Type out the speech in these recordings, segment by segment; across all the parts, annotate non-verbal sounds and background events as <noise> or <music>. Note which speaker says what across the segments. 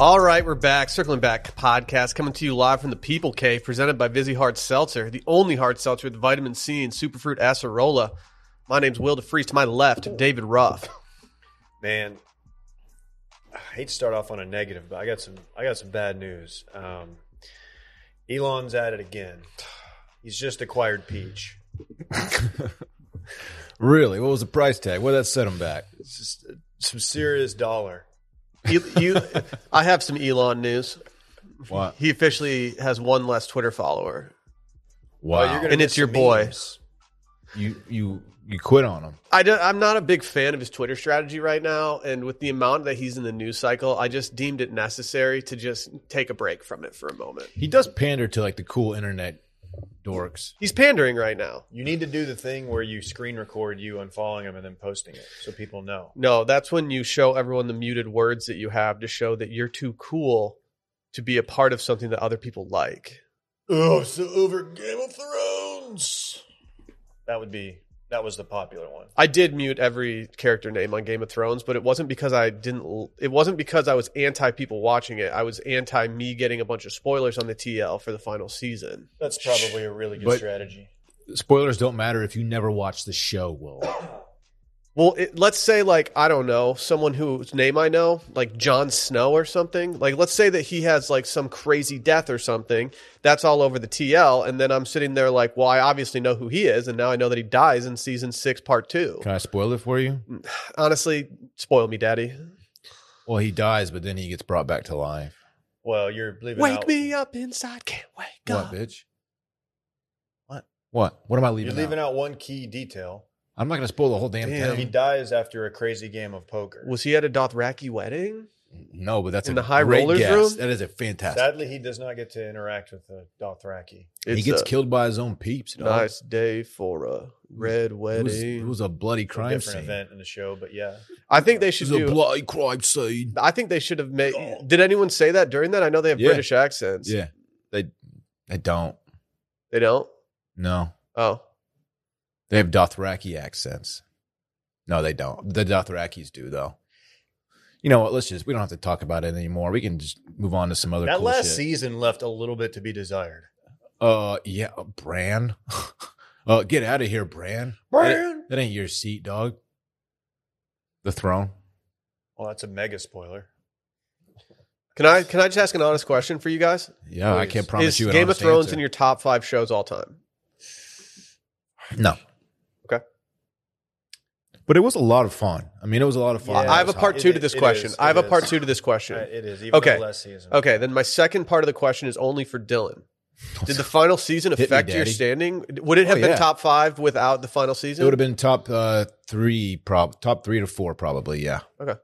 Speaker 1: All right, we're back. Circling Back podcast coming to you live from the People Cave, presented by Vizzy Hard Seltzer, the only hard seltzer with vitamin C and superfruit acerola. My name's Will DeFreeze. To my left, David Ruff.
Speaker 2: Man, I hate to start off on a negative, but I got some I got some bad news. Um, Elon's at it again. <sighs> He's just acquired Peach.
Speaker 3: Really? What was the price tag? What did that set him back?
Speaker 2: It's just uh, some serious dollar.
Speaker 1: You, E, you, I have some Elon news.
Speaker 3: What?
Speaker 1: He officially has one less Twitter follower.
Speaker 3: Wow.
Speaker 2: you're gonna
Speaker 1: And it's
Speaker 2: miss
Speaker 1: your
Speaker 2: the
Speaker 1: boy.
Speaker 2: memes.
Speaker 3: you you you quit on him.
Speaker 1: I am not a big fan of his Twitter strategy right now, and with the amount that he's in the news cycle, I just deemed it necessary to just take a break from it for a moment.
Speaker 3: He does pander to like the cool internet dorks.
Speaker 1: He's pandering right now.
Speaker 2: You need to do the thing where you screen record you unfollowing him and then posting it so people know.
Speaker 1: No, that's when you show everyone the muted words that you have to show that you're too cool to be a part of something that other people like.
Speaker 2: Oh, so over Game of Thrones. That would be that was the popular one.
Speaker 1: I did mute every character name on Game of Thrones, but it wasn't because I didn't l- it wasn't because I was anti people watching it. I was anti me getting a bunch of spoilers on the TL for the final season.
Speaker 2: That's probably a really good
Speaker 3: But-
Speaker 2: strategy.
Speaker 3: Spoilers don't matter if you never watch the show, Will.
Speaker 1: Well, it, let's say like I don't know someone whose name I know, like Jon Snow or something. Like let's say that he has like some crazy death or something. That's all over the TL, and then I'm sitting there like, well, I obviously know who he is, and now I know that he dies in season six, part two.
Speaker 3: Can I spoil it for you?
Speaker 1: Honestly, spoil me, daddy.
Speaker 3: Well, he dies, but then he gets brought back to life.
Speaker 2: Well, you're leaving
Speaker 1: Wake
Speaker 2: out
Speaker 1: me up inside, can't wake up.
Speaker 3: What, bitch? What? What? What am I
Speaker 2: you're
Speaker 3: leaving?
Speaker 2: leaving
Speaker 3: out?
Speaker 2: out one key detail.
Speaker 3: I'm not going to spoil the whole damn
Speaker 1: Damn.
Speaker 2: He
Speaker 3: thing.
Speaker 2: dies after a crazy game of poker.
Speaker 1: Was he at a Dothraki wedding?
Speaker 3: No, but that's
Speaker 1: In
Speaker 3: a
Speaker 1: the high
Speaker 3: great
Speaker 1: rollers
Speaker 3: guess.
Speaker 1: room?
Speaker 3: That is a fantastic.
Speaker 2: Sadly, he does not get to interact with the Dothraki.
Speaker 3: he
Speaker 1: It's
Speaker 3: gets
Speaker 1: a
Speaker 3: killed by his own peeps. dog.
Speaker 1: Nice day for a red
Speaker 3: It
Speaker 1: wedding.
Speaker 3: was, it was a bloody
Speaker 2: It's a
Speaker 3: crime
Speaker 2: different
Speaker 3: scene.
Speaker 2: event in the show, but yeah,
Speaker 1: I think they
Speaker 3: It
Speaker 1: should
Speaker 3: was a
Speaker 1: do.
Speaker 3: bloody crime scene.
Speaker 1: I think they should have made. Did anyone say that during that? I know they have
Speaker 3: Yeah.
Speaker 1: British accents.
Speaker 3: Yeah, they they don't.
Speaker 1: They don't?
Speaker 3: No,
Speaker 1: Oh.
Speaker 3: they have Dothraki accents. No, they don't. The Dothrakis do though. You know what? Let's just we don't have to talk about it anymore. We can just move on to some other.
Speaker 2: that
Speaker 3: cool
Speaker 2: last
Speaker 3: shit.
Speaker 2: season left a little bit to be desired.
Speaker 3: Uh, yeah, Bran. <laughs> uh, get out of here, Bran.
Speaker 2: Bran!
Speaker 3: that, that ain't your seat, dog. The throne.
Speaker 2: Well, that's a mega spoiler.
Speaker 1: Can I can I just ask an honest question for you guys?
Speaker 3: Yeah, I
Speaker 2: Please.
Speaker 3: can't promise
Speaker 1: Is
Speaker 3: you. An
Speaker 1: Game of
Speaker 3: honest
Speaker 1: Thrones
Speaker 3: answer.
Speaker 1: in your top five shows all time?
Speaker 3: No.
Speaker 1: Okay.
Speaker 3: But it was a lot of fun. I mean, it was a lot of fun.
Speaker 2: Yeah,
Speaker 1: I have a
Speaker 3: It was
Speaker 1: part
Speaker 2: hot.
Speaker 1: two
Speaker 2: It-
Speaker 1: to this
Speaker 2: it
Speaker 1: question.
Speaker 2: is,
Speaker 1: I have
Speaker 2: it
Speaker 1: a part
Speaker 2: is.
Speaker 1: two to this
Speaker 2: Uh,
Speaker 1: question.
Speaker 2: It is even
Speaker 1: Okay.
Speaker 2: the last season.
Speaker 1: Okay, then my second part of the question is only for
Speaker 3: <laughs>
Speaker 1: Dylan. Did the final season
Speaker 3: me,
Speaker 1: affect your
Speaker 3: Daddy.
Speaker 1: standing? Would it have
Speaker 3: Oh,
Speaker 1: been
Speaker 3: yeah.
Speaker 1: top five without the final
Speaker 3: It would have
Speaker 1: season?
Speaker 3: been top uh, three, prob top three to four, probably. Yeah.
Speaker 1: Okay.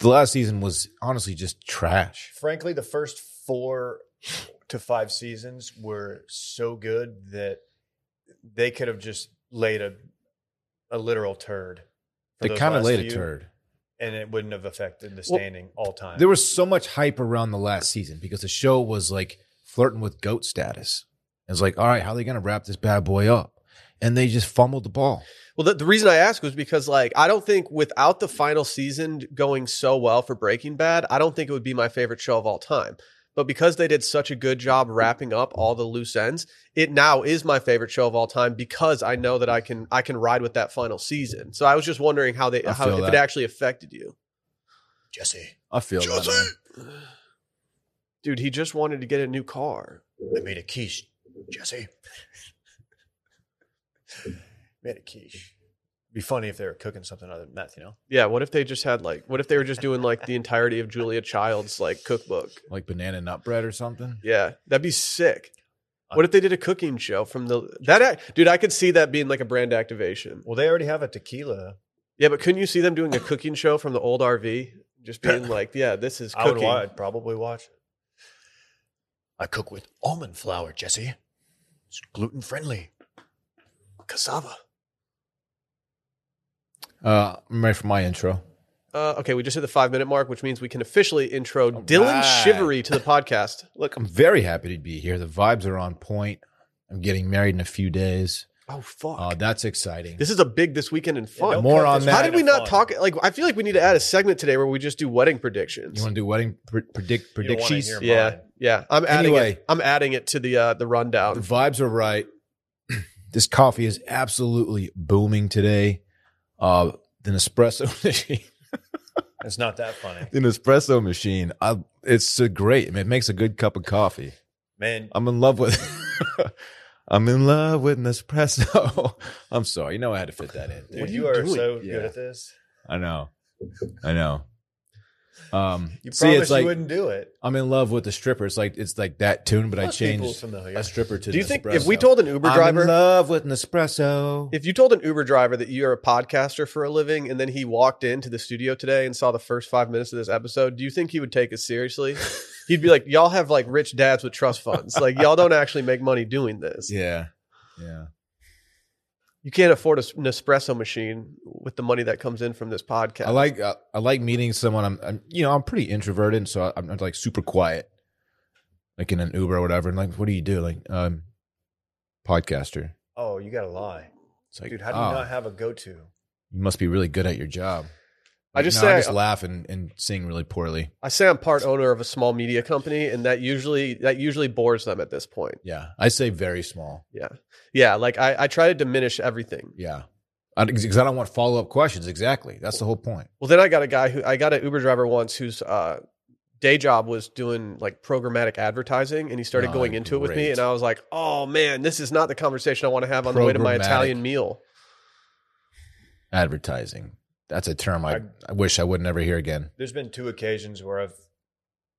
Speaker 3: The last season was honestly just trash.
Speaker 2: Frankly, the first four to five seasons were so good that they could have just laid a a literal turd. for
Speaker 3: they
Speaker 2: those
Speaker 3: kind of
Speaker 2: last
Speaker 3: laid a
Speaker 2: few,
Speaker 3: turd.
Speaker 2: and it wouldn't have affected the
Speaker 3: Well,
Speaker 2: standing all time.
Speaker 3: There was so much hype around the last season because the show was like flirting with goat status. It's like, all right, how are they going to wrap this bad boy up? And they just fumbled the ball.
Speaker 1: Well, the, the reason I ask was because, like, I don't think without the final season going so well for Breaking Bad, I don't think it would be my favorite show of all time. But because they did such a good job wrapping up all the loose ends, it now is my favorite show of all time because I know that I can I can ride with that final season. So I was just wondering how they
Speaker 3: I
Speaker 1: how
Speaker 3: feel
Speaker 1: if it
Speaker 3: that.
Speaker 1: actually affected you,
Speaker 2: Jesse.
Speaker 3: I feel that. man.
Speaker 1: dude. He just wanted to get a new car.
Speaker 2: I made a quiche, Jesse. <laughs> made a quiche. Be funny if they were cooking something other than that, you know.
Speaker 1: Yeah, what if they just had like what if they were just doing like the entirety of Julia Child's like cookbook?
Speaker 3: Like banana nut bread or something.
Speaker 1: Yeah, that'd be sick. What if they did a cooking show from the that act, dude? I could see that being like a brand activation.
Speaker 2: Well, they already have a tequila.
Speaker 1: Yeah, but couldn't you see them doing a cooking show from the old RV? Just being like, yeah, this is
Speaker 2: I would
Speaker 1: cooking.
Speaker 2: wa- I'd probably watch. it. I cook with almond flour, Jesse. It's gluten friendly.
Speaker 1: Cassava.
Speaker 3: Uh, I'm ready for my intro.
Speaker 1: Uh, okay, we just hit the five minute mark, which means we can officially intro
Speaker 3: All
Speaker 1: Dylan
Speaker 3: right.
Speaker 1: Shivery to the podcast.
Speaker 3: Look, I'm very happy to be here. The vibes are on point. I'm getting married in a few days.
Speaker 1: Oh fuck!
Speaker 3: Oh, that's exciting.
Speaker 1: this is a big this weekend and
Speaker 2: Yeah,
Speaker 1: fun.
Speaker 2: don't
Speaker 3: More
Speaker 2: cut
Speaker 3: on
Speaker 2: this
Speaker 3: that.
Speaker 1: How
Speaker 2: kind
Speaker 1: did we
Speaker 2: of
Speaker 1: not
Speaker 2: fun.
Speaker 1: talk? Like, I feel like we need to add a segment today where we just do wedding predictions.
Speaker 3: you want to do wedding pre- predict
Speaker 2: You don't wanna
Speaker 3: predictions?
Speaker 2: hear
Speaker 1: yeah,
Speaker 2: mine.
Speaker 1: yeah. I'm adding
Speaker 3: Anyway.
Speaker 1: it. I'm adding it to the uh, the
Speaker 3: The
Speaker 1: rundown.
Speaker 3: vibes are right. <clears throat> this coffee is absolutely booming today. Uh, the Nespresso <laughs> machine.
Speaker 2: It's not that <laughs> funny,
Speaker 3: The Nespresso machine. I, it's uh, great. I mean, it makes a good cup of coffee.
Speaker 2: man.
Speaker 3: I'm in love with. <laughs> I'm in love with Nespresso. <laughs> I'm sorry. You know I had to fit that in.
Speaker 2: Dude,
Speaker 1: What are
Speaker 2: you,
Speaker 1: you
Speaker 2: are
Speaker 1: doing?
Speaker 2: so
Speaker 3: Yeah.
Speaker 2: good at this.
Speaker 3: I know. I know. Um,
Speaker 2: You
Speaker 3: see,
Speaker 2: promised
Speaker 3: it's like
Speaker 2: you wouldn't do it.
Speaker 3: I'm in love with the stripper. It's like it's like that tune, but I
Speaker 2: Most people
Speaker 3: changed
Speaker 2: familiar.
Speaker 3: a stripper to.
Speaker 1: Do you think if
Speaker 3: Nespresso.
Speaker 1: we told an Uber
Speaker 3: I'm in
Speaker 1: driver,
Speaker 3: love with Nespresso.
Speaker 1: if you told an Uber driver that you're a podcaster for a living, and then he walked into the studio today and saw the first five minutes of this episode, do you think he would take us
Speaker 3: <laughs>
Speaker 1: seriously? He'd be like, "Y'all have like rich dads with trust funds. Like y'all don't actually make money doing this.
Speaker 3: yeah, yeah.
Speaker 1: You can't afford a s- Nespresso machine with the money that comes in from this podcast."
Speaker 3: I like uh, I like meeting someone. I'm, I'm you know I'm pretty introverted, so I- I'm, I'm like super quiet, like in an Uber or whatever. And like, what do you do? Like, um, podcaster.
Speaker 2: Oh, you got to lie,
Speaker 3: It's like,
Speaker 2: dude. How do you
Speaker 3: oh,
Speaker 2: not have a go-to?
Speaker 3: you must be really good at your job.
Speaker 1: I just
Speaker 3: no,
Speaker 1: say-
Speaker 3: I just laugh and, and sing really poorly.
Speaker 1: I say I'm part owner of a small media company, and that usually that usually bores them at this point.
Speaker 3: Yeah, I say very small.
Speaker 1: Yeah, like I, I try to diminish everything.
Speaker 3: Yeah, because I, don't want follow up questions. Exactly, that's the whole point.
Speaker 1: Well, then I got a guy who I got an Uber driver once whose uh, day job was doing like programmatic advertising, and he started
Speaker 3: Oh,
Speaker 1: going into it with me,
Speaker 3: great.
Speaker 1: and I was like, "Oh man, this is not the conversation I want to have on the way to my
Speaker 3: Programmatic.
Speaker 1: Italian meal."
Speaker 3: Advertising. That's a term I,
Speaker 2: I-
Speaker 3: I, wish I would never hear again.
Speaker 2: There's been two occasions where I've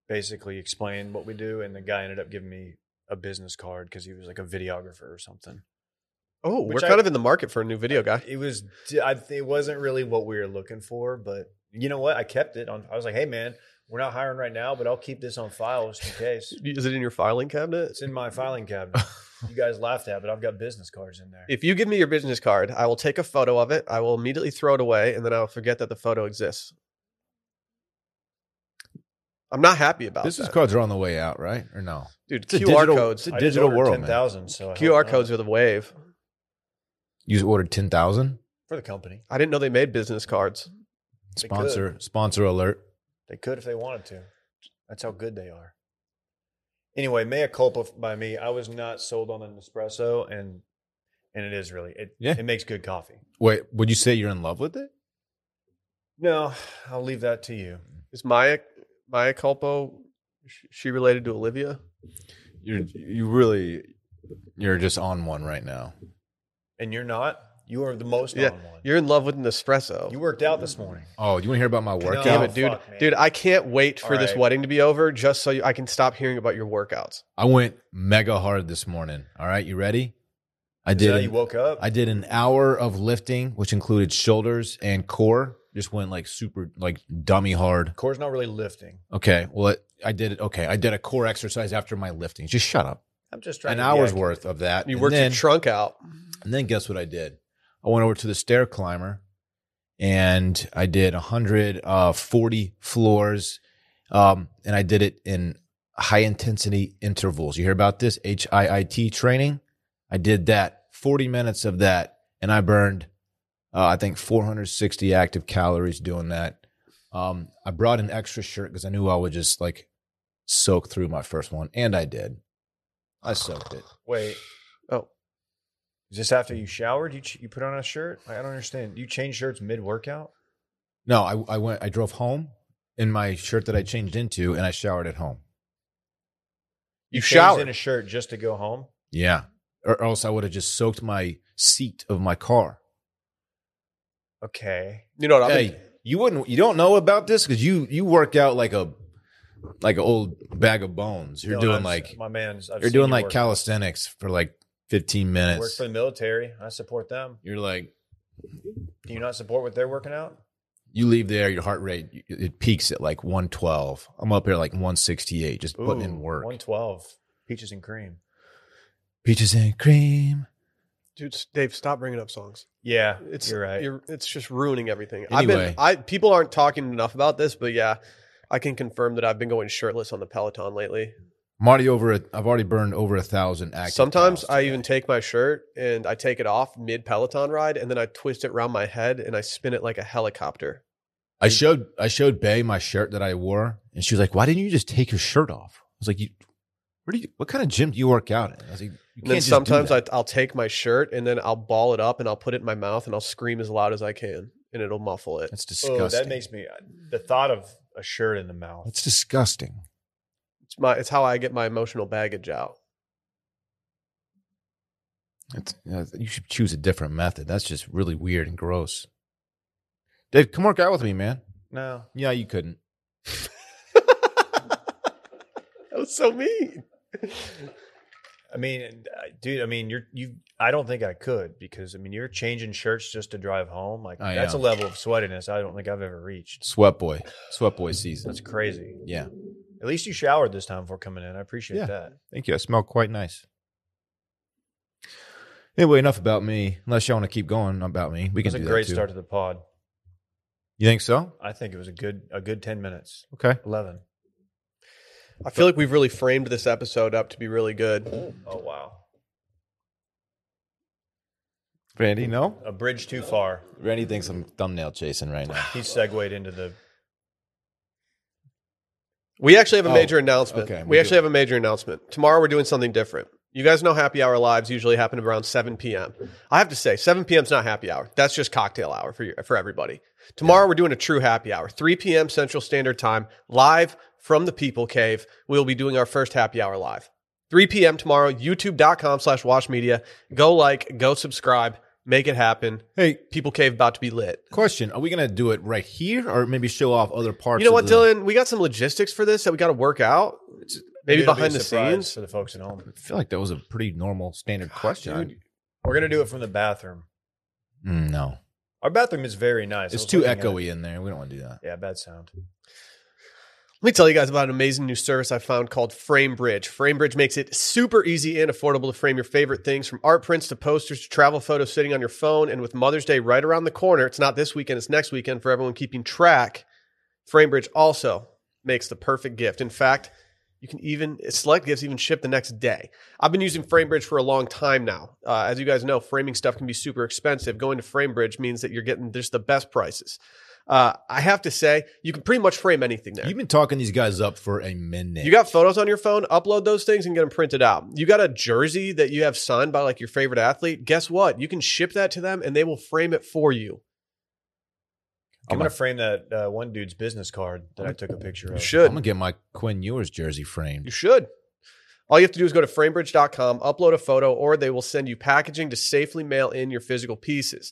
Speaker 2: basically explained what we do, and the guy ended up giving me a business card because he was like a videographer or something.
Speaker 1: Oh,
Speaker 2: Which
Speaker 1: we're
Speaker 2: I-
Speaker 1: kind of in the market for a new video guy.
Speaker 2: It was I, it wasn't really what we were looking for, but you know what? I kept it on. I was like, hey man, we're not hiring right now, but I'll keep this on file just in case.
Speaker 1: Is it in your filing cabinet?
Speaker 2: It's in my filing cabinet. You guys laughed at, it, but I've got business cards in there.
Speaker 1: If you give me your business card, I will take a photo of it. I will immediately throw it away, and then I will forget that the photo exists. I'm not happy about
Speaker 3: Business
Speaker 1: that.
Speaker 3: cards are on the way out, right? Or no?
Speaker 1: dude.
Speaker 3: it's a
Speaker 1: QR
Speaker 3: digital-
Speaker 1: codes,
Speaker 3: it's a
Speaker 2: I just
Speaker 3: digital
Speaker 2: ordered
Speaker 3: world, man.
Speaker 2: 10,000, so I
Speaker 1: QR
Speaker 2: hope not.
Speaker 1: codes are the wave.
Speaker 3: You ordered ten thousand.
Speaker 2: for the company.
Speaker 1: I didn't know they made business cards.
Speaker 2: They could.
Speaker 3: Sponsor sponsor alert.
Speaker 2: They could if they wanted to. That's how good they are. Anyway, mea culpa by me. I was not sold on an espresso, and and it is really it.
Speaker 3: Yeah.
Speaker 2: it makes good coffee.
Speaker 3: Wait, would you say you're in love with it?
Speaker 2: No, I'll leave that to you.
Speaker 1: Is Maya Maya Culpo? sh- She related to Olivia.
Speaker 3: You're you really you're just on one right now.
Speaker 2: And you're not. You are the most
Speaker 1: Yeah,
Speaker 2: on one.
Speaker 1: You're in love with an espresso.
Speaker 2: You worked out this morning.
Speaker 3: Oh, you want to hear about my workout?
Speaker 1: Damn
Speaker 2: Oh,
Speaker 1: it, dude!
Speaker 2: fuck, man.
Speaker 1: dude, I can't wait for
Speaker 2: All
Speaker 1: this
Speaker 2: right.
Speaker 1: wedding to be over just so you, I can stop hearing about your workouts.
Speaker 3: I went mega hard this morning. All right, you ready?
Speaker 2: Is
Speaker 3: I
Speaker 2: that
Speaker 3: did.
Speaker 2: how
Speaker 3: an-
Speaker 2: you woke up?
Speaker 3: I did an hour of lifting, which included shoulders and core. Just went like super, like dummy hard.
Speaker 2: Core's not really lifting.
Speaker 3: Okay, well, it, I did it. Okay, I did a core exercise after my lifting. Just shut up.
Speaker 2: I'm just trying
Speaker 3: An
Speaker 2: to be
Speaker 3: hour's
Speaker 2: accurate.
Speaker 3: worth of that.
Speaker 1: You
Speaker 3: And
Speaker 1: worked
Speaker 3: then-
Speaker 1: your trunk out.
Speaker 3: and then guess what I did? I went over to the stair climber and I did 140 floors. Um, and I did it in high intensity intervals. You hear about this HIIT training? I did that 40 minutes of that and I burned, uh, I think 460 active calories doing that. Um, I brought an extra shirt because I knew I would just like soak through my first one and I did. I soaked it.
Speaker 2: Wait.
Speaker 1: Oh.
Speaker 2: Is this after you showered? You ch- you put on a shirt? Like, I don't understand. You change shirts mid workout?
Speaker 3: No, I, I went. I drove home in my shirt that I changed into, and I showered at home.
Speaker 1: You,
Speaker 2: in a
Speaker 1: showered.
Speaker 2: shirt just to go home?
Speaker 3: Yeah, or else I would have just soaked my seat of my car.
Speaker 2: Okay.
Speaker 1: you know what I mean?
Speaker 3: hey, you wouldn't. You don't know about this because you you work out like a like an old bag of bones. You're
Speaker 2: No,
Speaker 3: doing
Speaker 2: I've-
Speaker 3: like
Speaker 2: my man's. I've
Speaker 3: you're
Speaker 2: seen
Speaker 3: doing
Speaker 2: you
Speaker 3: like
Speaker 2: work.
Speaker 3: calisthenics for like 15
Speaker 2: Work
Speaker 3: minutes.
Speaker 2: for the military. I support them.
Speaker 3: you're like
Speaker 2: Do you not support what they're working out?
Speaker 3: you leave there, your heart rate it- it peaks at like 112. I'm up here like 168, just putting in work.
Speaker 2: One twelve peaches and cream.
Speaker 3: Peaches and cream.
Speaker 1: dude, s- Dave, stop bringing up songs.
Speaker 2: Yeah,
Speaker 1: It's
Speaker 2: you're right.
Speaker 1: You're, it's just ruining everything.
Speaker 3: Anyway.
Speaker 1: I've been. I people aren't talking enough about this, but yeah, I can confirm that I've been going shirtless on the Peloton lately.
Speaker 3: I'm already over. A, I've already burned over a thousand active.
Speaker 1: Sometimes
Speaker 3: miles
Speaker 1: I
Speaker 3: today.
Speaker 1: even take my shirt and I take it off mid Peloton ride and then I twist it around my head and I spin it like a helicopter.
Speaker 3: I showed I showed Bay my shirt that I wore, and she was like, "Why didn't you just take your shirt off?" I was like, "You, where do you? What kind of gym do you work out in?" I was like, "You
Speaker 1: And then
Speaker 3: can't." sometimes
Speaker 1: sometimes I, I'll take my shirt and then I'll ball it up and I'll put it in my mouth and I'll scream as loud as I can and it'll muffle it.
Speaker 3: That's disgusting.
Speaker 2: Oh, that makes me the thought of a shirt in the mouth.
Speaker 3: That's disgusting.
Speaker 1: It's my it's how I get my emotional baggage out.
Speaker 3: It's, uh, you should choose a different method. That's just really weird and gross. Dave, come work out with me, man.
Speaker 2: No,
Speaker 3: Yeah, you couldn't.
Speaker 1: That was so mean.
Speaker 2: I mean, I- dude, I mean, you're you. I don't think I could because I mean, you're changing shirts just to drive home. Like
Speaker 3: I
Speaker 2: that's
Speaker 3: am.
Speaker 2: a level of sweatiness I don't think I've ever reached.
Speaker 3: Sweat boy, sweat boy season.
Speaker 2: That's crazy.
Speaker 3: Yeah,
Speaker 2: At least you showered this time before coming in. I appreciate
Speaker 3: Yeah.
Speaker 2: that.
Speaker 3: thank you. I smell quite nice. Anyway, enough about me. Unless y'all want to keep going about me, we
Speaker 2: It
Speaker 3: can
Speaker 2: was a
Speaker 3: do
Speaker 2: great
Speaker 3: that too.
Speaker 2: start to the pod.
Speaker 3: You think so?
Speaker 2: I think it was a good a good ten minutes.
Speaker 3: Okay.
Speaker 2: Eleven.
Speaker 1: I feel like we've really framed this episode up to be really good.
Speaker 2: Oh wow.
Speaker 3: Randy, no.
Speaker 2: A bridge too far.
Speaker 3: Randy thinks I'm thumbnail chasing right now.
Speaker 2: He segued into the
Speaker 1: We actually have a
Speaker 3: Oh,
Speaker 1: major announcement.
Speaker 3: okay,
Speaker 1: we
Speaker 3: we do.
Speaker 1: actually have a major announcement. Tomorrow we're doing something different. You guys know happy hour lives usually happen around 7 p.m. I have to say, 7 p.m. is not happy hour. That's just cocktail hour for you, for everybody. Tomorrow we're doing a true happy hour, 3 p.m. Central Standard Time, live from the People Cave. We'll be doing our first happy hour live. 3 p.m. tomorrow, youtube.com slash watch media. Go like, go subscribe, make it happen.
Speaker 3: Hey,
Speaker 1: People Cave about to be lit.
Speaker 3: question: Are we gonna do it right here, or maybe show off other parts?
Speaker 1: You know
Speaker 3: of
Speaker 1: what,
Speaker 3: the-
Speaker 1: Dylan? We got some logistics for this that we got to work out. Maybe
Speaker 2: It'll be a
Speaker 1: behind the
Speaker 2: surprise
Speaker 1: scenes.
Speaker 2: for the folks at home.
Speaker 3: I feel like that was a pretty normal, standard question.
Speaker 2: We're gonna do it from the bathroom.
Speaker 3: Mm, no,
Speaker 2: Our bathroom is very nice. I
Speaker 3: it's
Speaker 2: was
Speaker 3: too
Speaker 2: looking at it.
Speaker 3: echoey in there. We don't want to do that.
Speaker 2: Yeah, bad sound.
Speaker 1: Let me tell you guys about an amazing new service I found called FrameBridge. FrameBridge makes it super easy and affordable to frame your favorite things from art prints to posters to travel photos sitting on your phone. And with Mother's Day right around the corner, it's not this weekend, it's next weekend for everyone keeping track. FrameBridge also makes the perfect gift. In fact, you can even select gifts even ship the next day. I've been using FrameBridge for a long time now. Uh, as you guys know, framing stuff can be super expensive. Going to FrameBridge means that you're getting just the best prices. Uh, I have to say, you can pretty much frame anything there.
Speaker 3: You've been talking these guys up for a minute.
Speaker 1: You got photos on your phone, upload those things and get them printed out. You got a jersey that you have signed by like your favorite athlete. Guess what? You can ship that to them and they will frame it for you.
Speaker 2: I'm
Speaker 3: my-
Speaker 2: gonna frame that uh, one dude's business card that I took a picture
Speaker 1: You
Speaker 2: of.
Speaker 3: I'm
Speaker 1: should.
Speaker 3: gonna get my Quinn Ewers jersey
Speaker 1: You
Speaker 3: framed.
Speaker 1: should. All you have to do is go to framebridge.com, upload a photo, or they will send you packaging to safely mail in your physical pieces.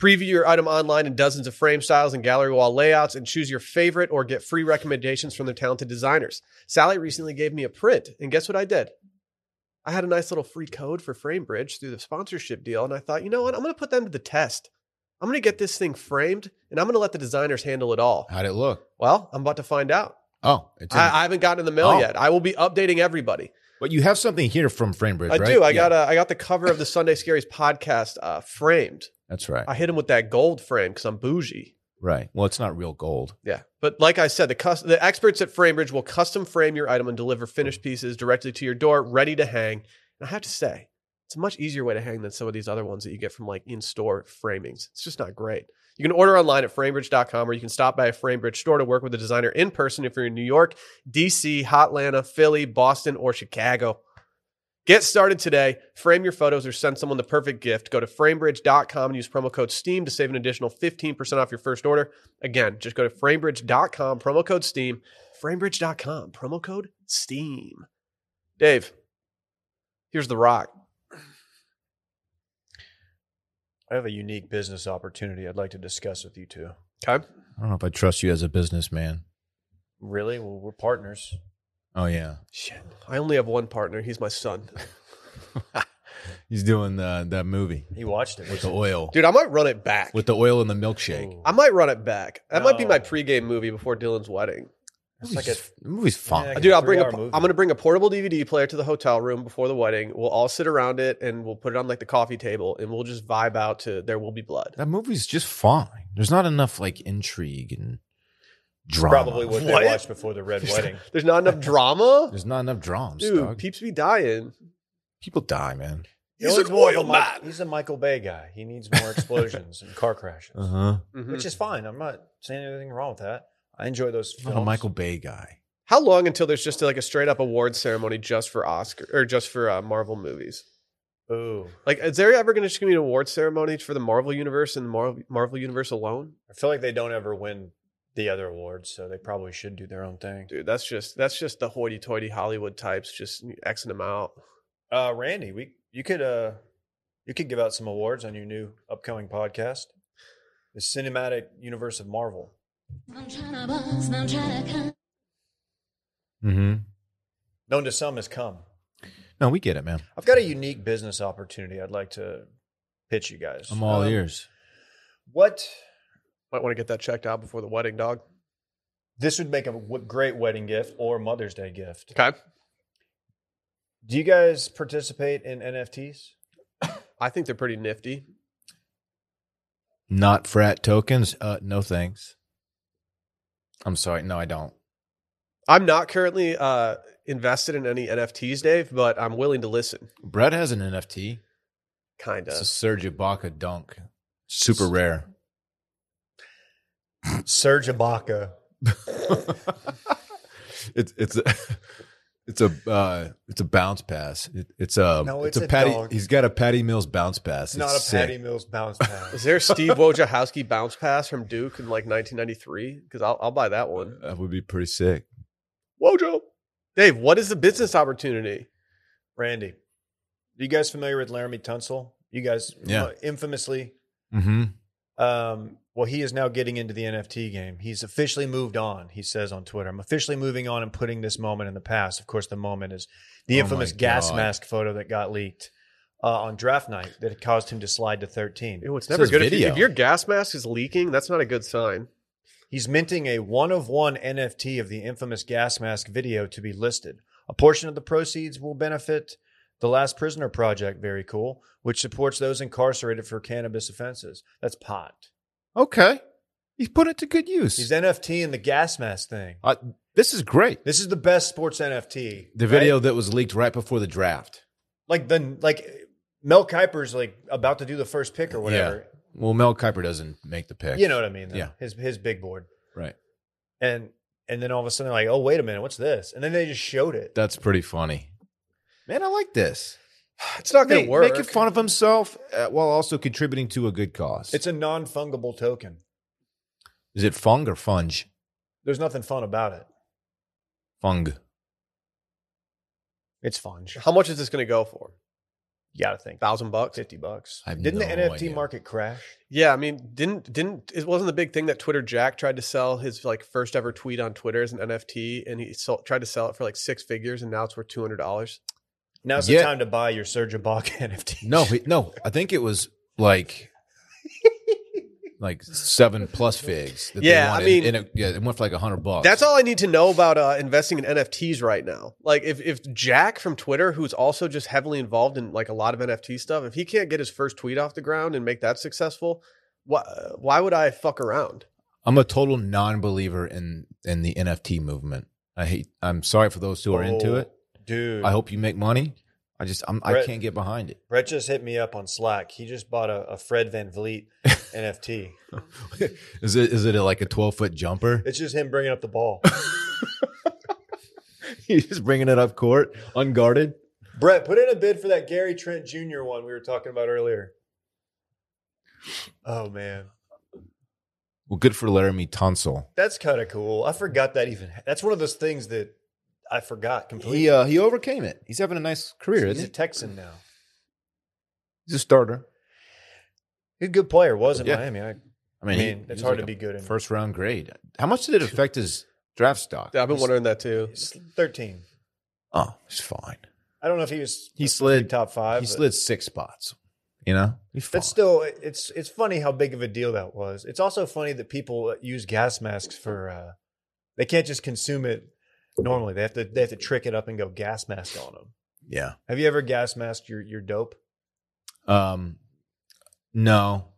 Speaker 1: Preview your item online in dozens of frame styles and gallery wall layouts and choose your favorite or get free recommendations from their talented designers. Sally recently gave me a print, and guess what I did? I had a nice little free code for FrameBridge through the sponsorship deal, and I thought, you know what? I'm going to put them to the test. I'm going to get this thing framed, and I'm going to let the designers handle it all.
Speaker 3: How'd it look? Well,
Speaker 1: Well, I'm about to find out.
Speaker 3: oh, it's in-
Speaker 1: I, I haven't gotten in the mail
Speaker 3: Oh.
Speaker 1: yet. I will be updating everybody.
Speaker 3: but you have something here from Framebridge,
Speaker 1: I
Speaker 3: right?
Speaker 1: do. I
Speaker 3: Yeah,
Speaker 1: got a, I got the cover of the Sunday Scaries podcast uh, framed.
Speaker 3: That's right.
Speaker 1: I hit him with that gold frame because I'm bougie.
Speaker 3: right. Well, it's not real gold.
Speaker 1: Yeah, but like I said, the cus- the experts at FrameBridge will custom frame your item and deliver finished pieces directly to your door, ready to hang. And I have to say, it's a much easier way to hang than some of these other ones that you get from like in store framings. It's just not great. You can order online at framebridge.com or you can stop by a FrameBridge store to work with a designer in person if you're in New York, DC, Hotlanta, Philly, Boston, or Chicago. Get started today. Frame your photos or send someone the perfect gift. Go to framebridge.com and use promo code STEAM to save an additional 15% off your first order. Again, just go to framebridge.com, promo code STEAM, framebridge.com, promo code STEAM. Dave, here's the rock.
Speaker 2: I have a unique business opportunity I'd like to discuss with you two.
Speaker 1: Okay.
Speaker 3: I don't know if I trust you as a businessman.
Speaker 2: Really? Well, we're partners.
Speaker 3: Oh yeah,
Speaker 1: Shit. I only have one partner. He's my son.
Speaker 3: he's doing the, that movie
Speaker 2: He watched it.
Speaker 3: with the oil,
Speaker 1: Dude, I might run it back.
Speaker 3: with the oil and the milkshake.
Speaker 1: I might run it back. That might be
Speaker 2: No.
Speaker 1: my pregame movie before Dylan's wedding.
Speaker 2: It's like a-
Speaker 3: the movie's fun.
Speaker 2: Yeah,
Speaker 1: Dude, I'll bring a,
Speaker 2: three-hour movie.
Speaker 1: I'm gonna bring a portable DVD player to the hotel room before the wedding. We'll all sit around it and we'll put it on like the coffee table and we'll just vibe out to "There Will Be Blood."
Speaker 3: that movie's just fine. There's not enough like intrigue and drama.
Speaker 2: Probably what they
Speaker 1: What?
Speaker 2: watched before the Red Wedding.
Speaker 1: There's not enough drama,
Speaker 3: There's not enough drums,
Speaker 1: dude.
Speaker 3: dog.
Speaker 1: Peeps be dying.
Speaker 3: People die, man.
Speaker 2: He
Speaker 4: He's
Speaker 2: always
Speaker 4: an
Speaker 2: wanted
Speaker 4: oil
Speaker 2: Mi-
Speaker 4: man.
Speaker 2: He's a Michael Bay guy. He needs more explosions and car crashes,
Speaker 3: Uh-huh.
Speaker 1: Mhm.
Speaker 2: which is fine. I'm not saying anything wrong with that. I enjoy those
Speaker 3: I'm
Speaker 2: films.
Speaker 3: not a Michael Bay guy.
Speaker 1: How long until there's just like a straight up award ceremony just for Oscar or just for uh, Marvel movies?
Speaker 2: Ooh,
Speaker 1: Like, is there ever going to just gonna be an award ceremony for the Marvel universe and the Marvel, Marvel universe alone?
Speaker 2: I feel like they don't ever win the other awards, so they probably should do their own thing.
Speaker 1: Dude, that's just that's just the hoity-toity Hollywood types just xing them out.
Speaker 2: Uh, Randy, we you could uh, you could give out some awards on your new upcoming podcast, the Cinematic Universe of Marvel.
Speaker 5: I'm tryna bust, I'm tryna cut.
Speaker 3: Mm-hmm.
Speaker 2: Known to some as "Come."
Speaker 3: No, we get it, man.
Speaker 2: I've got a unique business opportunity I'd like to pitch you guys.
Speaker 3: I'm all
Speaker 2: Um,
Speaker 3: ears.
Speaker 2: What
Speaker 1: Might want to get that checked out before the wedding, dog.
Speaker 2: this would make a w- great wedding gift or Mother's Day gift.
Speaker 1: Okay,
Speaker 2: Do you guys participate in NFTs?
Speaker 1: I think they're pretty nifty.
Speaker 3: Not frat tokens. Uh, no thanks. I'm sorry. No, I don't.
Speaker 1: I'm not currently uh, invested in any NFTs, Dave, but I'm willing to listen.
Speaker 3: Brett has an NFT.
Speaker 1: Kind
Speaker 3: It's a
Speaker 1: of.
Speaker 3: Serge Ibaka dunk. Super rare. <laughs>
Speaker 2: Serge Ibaka.
Speaker 3: it's it's a <laughs> it's a uh, it's a bounce pass. It, it's a
Speaker 2: No,
Speaker 3: it's,
Speaker 2: it's
Speaker 3: a
Speaker 2: a
Speaker 3: Patty.
Speaker 2: dog.
Speaker 3: He's got a Patty Mills bounce pass.
Speaker 2: It's not a
Speaker 3: It's sick.
Speaker 2: Patty Mills bounce pass.
Speaker 3: <laughs>
Speaker 1: Is there a Steve Wojciechowski bounce pass from Duke in like 1993? Because I'll, I'll buy that one.
Speaker 3: That would be pretty sick.
Speaker 1: Wojo. Dave, what is the business opportunity?
Speaker 2: Randy, you guys familiar with Laramie Tunsil? You guys
Speaker 3: Yeah.
Speaker 2: infamously
Speaker 3: Mm-hmm.
Speaker 2: Um, well, he is now getting into the NFT game. He's officially moved on. He says on Twitter, "I'm officially moving on and putting this moment in the past." Of course, the moment is the
Speaker 3: Oh
Speaker 2: infamous
Speaker 3: my
Speaker 2: gas
Speaker 3: God.
Speaker 2: mask photo that got leaked uh, on draft night that caused him to slide to 13.
Speaker 1: Ew, it's
Speaker 3: This
Speaker 1: never
Speaker 3: is
Speaker 1: good. If, you-
Speaker 3: video.
Speaker 1: if your gas mask is leaking, that's not a good sign.
Speaker 2: He's minting a one of one NFT of the infamous gas mask video to be listed. A portion of the proceeds will benefit the Last Prisoner Project, very cool, which supports those incarcerated for cannabis offenses. That's pot.
Speaker 3: Okay, he's put it to good use.
Speaker 2: He's NFT and the gas mask thing.
Speaker 3: Uh, this is great.
Speaker 2: This is the best sports NFT.
Speaker 3: The
Speaker 2: right?
Speaker 3: video that was leaked right before the draft.
Speaker 2: like the like Mel Kiper's like about to do the first pick or whatever.
Speaker 3: Well, Mel Kiper doesn't make the pick.
Speaker 2: You know what I mean? though.
Speaker 3: Yeah.
Speaker 2: his his big board,
Speaker 3: right?
Speaker 2: and and then all of a sudden they're like, oh wait a minute, what's this? And then they just showed it.
Speaker 3: That's pretty funny. Man, I like this.
Speaker 1: It's not going
Speaker 3: Make,
Speaker 1: to work.
Speaker 3: making fun of himself uh, while also contributing to a good cause.
Speaker 2: It's a non fungible token.
Speaker 3: Is it fung or funge?
Speaker 2: There's nothing fun about it.
Speaker 3: Fung.
Speaker 2: It's fun. You
Speaker 1: How much is this going to go for?
Speaker 2: gotta think
Speaker 1: Thousand bucks?
Speaker 2: fifty bucks.
Speaker 3: I have
Speaker 2: Didn't
Speaker 3: no
Speaker 2: the NFT
Speaker 3: idea.
Speaker 2: market crash?
Speaker 1: Yeah, I mean, didn't didn't it wasn't the big thing that Twitter Jack tried to sell his like first ever tweet on Twitter as an NFT, and he sold, tried to sell it for like six figures, and now it's worth two hundred dollars.
Speaker 2: Now's
Speaker 3: Yeah.
Speaker 2: the time to buy your Serge Ibaka <laughs> NFT.
Speaker 3: No, he- no. I think it was like like seven plus figs. that they
Speaker 1: Yeah, I
Speaker 3: wanted,
Speaker 1: mean-
Speaker 3: and it, yeah, it went for like a hundred bucks.
Speaker 1: That's all I need to know about uh, investing in NFTs right now. Like, if if Jack from Twitter, who's also just heavily involved in like a lot of NFT stuff, if he can't get his first tweet off the ground and make that successful, why why would I fuck around?
Speaker 3: I'm a total non-believer in in the NFT movement. I hate. I'm sorry for those who are into
Speaker 2: Oh,
Speaker 3: it.
Speaker 2: dude.
Speaker 3: I hope you make money. I just I'm, I
Speaker 2: Brett-
Speaker 3: can't get behind it.
Speaker 2: Brett just hit me up on Slack. He just bought a, a Fred Van
Speaker 3: <laughs>
Speaker 2: Vliet NFT.
Speaker 3: is it is it like a 12
Speaker 2: <laughs>
Speaker 3: foot jumper? <laughs>
Speaker 2: It's just him bringing up the ball.
Speaker 3: He's just bringing it up court unguarded.
Speaker 2: Brett, put in a bid for that Gary Trent Jr. one we were talking about earlier. Oh man,
Speaker 3: Well, good for Laramie Tunsil.
Speaker 2: that's kind of cool. I forgot that even. That's one of those things that I forgot completely.
Speaker 3: He uh, he overcame it. He's having a nice career,
Speaker 2: He's
Speaker 3: isn't
Speaker 2: a
Speaker 3: he?
Speaker 2: Texan now.
Speaker 3: He's a starter.
Speaker 2: He's a good player, was in
Speaker 3: Yeah.
Speaker 2: Miami. I,
Speaker 3: I
Speaker 2: I mean,
Speaker 3: mean, he- he
Speaker 2: it's
Speaker 3: was
Speaker 2: hard
Speaker 3: like
Speaker 2: to be
Speaker 3: a
Speaker 2: good in
Speaker 3: first round grade. How much did it affect his draft stock?
Speaker 1: I've been wondering that too.
Speaker 2: He's Thirteen.
Speaker 3: Oh, he's fine.
Speaker 2: I don't know if he was
Speaker 3: He slid.
Speaker 2: top five.
Speaker 3: He
Speaker 2: but
Speaker 3: slid six spots. You know, he's fine.
Speaker 2: That's still. It's it's funny how big of a deal that was. It's also funny that people uh, use gas masks for. uh They can't just consume it normally. They have to they have to trick it up and go gas mask on them.
Speaker 3: yeah.
Speaker 2: Have you ever gas masked your, your dope?
Speaker 3: Um, no.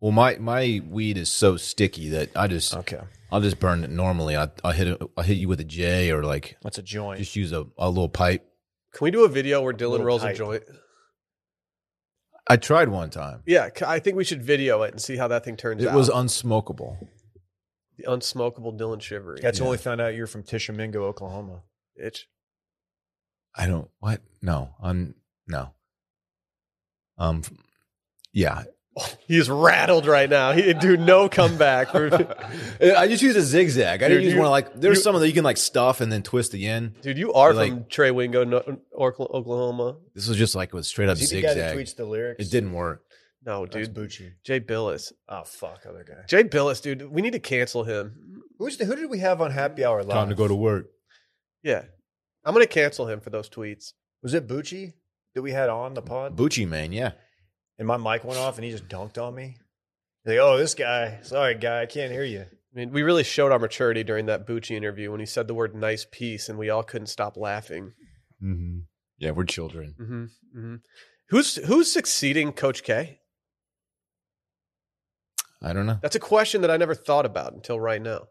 Speaker 3: Well, my my weed is so sticky that I just
Speaker 2: Okay.
Speaker 3: I'll just burn it normally. I I'll hit it, I'll hit you with a J or like
Speaker 2: That's a joint.
Speaker 3: just use a, a little pipe.
Speaker 1: Can we do a video where Dylan
Speaker 2: Little
Speaker 1: rolls
Speaker 2: pipe.
Speaker 1: a joint?
Speaker 3: I tried one time.
Speaker 1: Yeah, c- I think we should video it and see how that thing turns
Speaker 3: It
Speaker 1: out.
Speaker 3: was unsmokable.
Speaker 1: the unsmokable Dylan Shivery.
Speaker 2: That's when
Speaker 3: Yeah.
Speaker 2: we found out you're from Tishomingo, Oklahoma.
Speaker 1: Itch.
Speaker 3: I don't what? No. Un no. Um yeah.
Speaker 1: He's rattled right now. He didn't do no
Speaker 3: <laughs>
Speaker 1: comeback.
Speaker 3: I just use a zigzag. I didn't
Speaker 1: Dude,
Speaker 3: use
Speaker 1: you-
Speaker 3: one like there's
Speaker 1: you-
Speaker 3: some of that you can like stuff and then twist the end.
Speaker 1: Dude, you are
Speaker 3: Like-
Speaker 1: from Trey Wingo, no, Orkla- Oklahoma.
Speaker 3: This was just like with straight up
Speaker 2: Is he the guy that
Speaker 3: zigzag.
Speaker 2: tweets the lyrics?
Speaker 3: It didn't work.
Speaker 1: No,
Speaker 2: That's
Speaker 1: dude.
Speaker 2: Bucci.
Speaker 1: Jay Billis.
Speaker 2: Oh fuck, other guy.
Speaker 1: Jay Billis, dude. We need to cancel him.
Speaker 2: Who's the, who did we have on Happy Hour Live?
Speaker 3: Time to go to work.
Speaker 1: Yeah. I'm going to cancel him for those tweets.
Speaker 2: Was it Bucci that we had on the pod?
Speaker 3: Bucci man, yeah.
Speaker 2: and my mic went off, and he just dunked on me. He's like, oh, this guy. Sorry, guy, I can't hear you.
Speaker 1: I mean, we really showed our maturity during that Bucci interview when he said the word nice piece and we all couldn't stop laughing.
Speaker 3: Mm-hmm. Yeah, we're children.
Speaker 1: hmm hmm Who's who's succeeding Coach K?
Speaker 3: I don't know.
Speaker 1: That's a question that I never thought about until right now.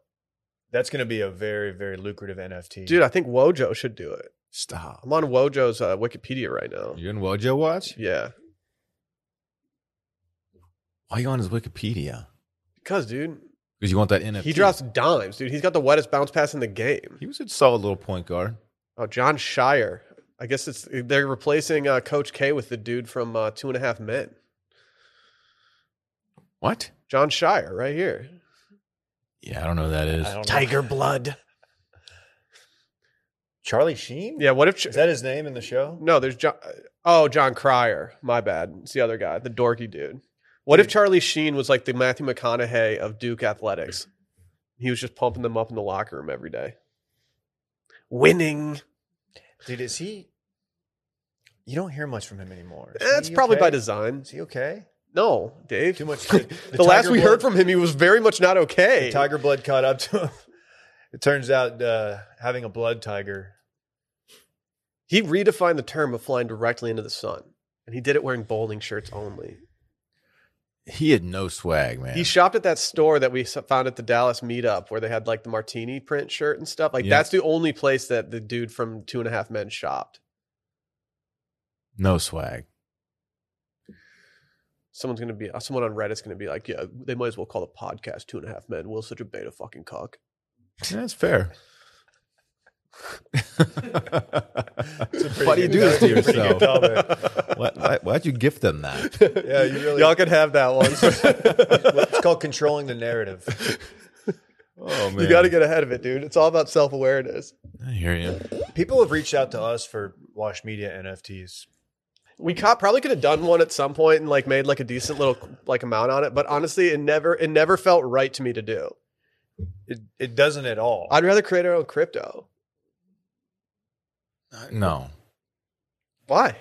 Speaker 2: That's going to be a very, very lucrative NFT.
Speaker 1: Dude, I think Wojo should do it.
Speaker 3: Stop.
Speaker 1: I'm on Wojo's uh, Wikipedia right now.
Speaker 3: You're in Wojo Watch?
Speaker 1: Yeah.
Speaker 3: Why are you on his Wikipedia?
Speaker 1: Because, dude,
Speaker 3: Because you want that NFT.
Speaker 1: he drops dimes, dude. He's got the wettest bounce pass in the game.
Speaker 3: He was a solid little point guard.
Speaker 1: Oh, John Shire. I guess it's they're replacing uh, Coach K with the dude from uh, Two and a Half Men.
Speaker 3: What?
Speaker 1: John Shire, right here.
Speaker 3: Yeah, I don't know who that
Speaker 2: I
Speaker 3: is.
Speaker 2: don't know.
Speaker 1: Blood.
Speaker 2: Charlie Sheen?
Speaker 1: Yeah, what if?
Speaker 2: Is that his name in the show?
Speaker 1: no, there's John. Oh, John Cryer. My bad. It's the other guy, the dorky dude. What if
Speaker 2: Dude.
Speaker 1: Charlie Sheen was like the Matthew McConaughey of Duke athletics? He was just pumping them up in the locker room every day. Winning.
Speaker 2: Dude, is he? You don't hear much from him anymore. Is
Speaker 1: That's
Speaker 2: he
Speaker 1: probably
Speaker 2: okay?
Speaker 1: by design.
Speaker 2: Is he okay?
Speaker 1: No, Dave. <laughs>
Speaker 2: Too much.
Speaker 1: the last we heard from him, he was very much not okay.
Speaker 2: the tiger blood caught up to him. It turns out uh, having a blood tiger.
Speaker 1: He redefined the term of flying directly into the sun, and he did it wearing bowling shirts only.
Speaker 3: He had no swag, man.
Speaker 1: He shopped at that store that we s- found at the Dallas meetup where they had like the martini print shirt and stuff. Like
Speaker 3: Yeah.
Speaker 1: that's the only place that the dude from Two and a Half Men shopped.
Speaker 3: no swag.
Speaker 1: Someone's gonna be uh, someone on Reddit's gonna be like, yeah, they might as well call the podcast Two and a Half Men. Will's such a beta fucking cock.
Speaker 3: Yeah,
Speaker 2: <laughs>
Speaker 3: that's fair.
Speaker 2: pretty
Speaker 3: Why do you
Speaker 2: good-
Speaker 3: do this to
Speaker 2: that's a pretty
Speaker 3: yourself?
Speaker 2: good callback.
Speaker 3: Why, why, why'd you gift them that?
Speaker 1: <laughs>
Speaker 2: Yeah, you really-
Speaker 1: all could have that one.
Speaker 2: Well, <laughs> it's called controlling the narrative.
Speaker 3: Oh man,
Speaker 1: you got to get ahead of it, dude. It's all about self awareness.
Speaker 3: I hear you.
Speaker 2: People have reached out to us for Wash Media NFTs.
Speaker 1: We co- probably could have done one at some point and like made like a decent little like amount on it, but honestly, it never it never felt right to me to do.
Speaker 2: It, it doesn't at all.
Speaker 1: I'd rather create our own crypto.
Speaker 3: No,
Speaker 1: Why?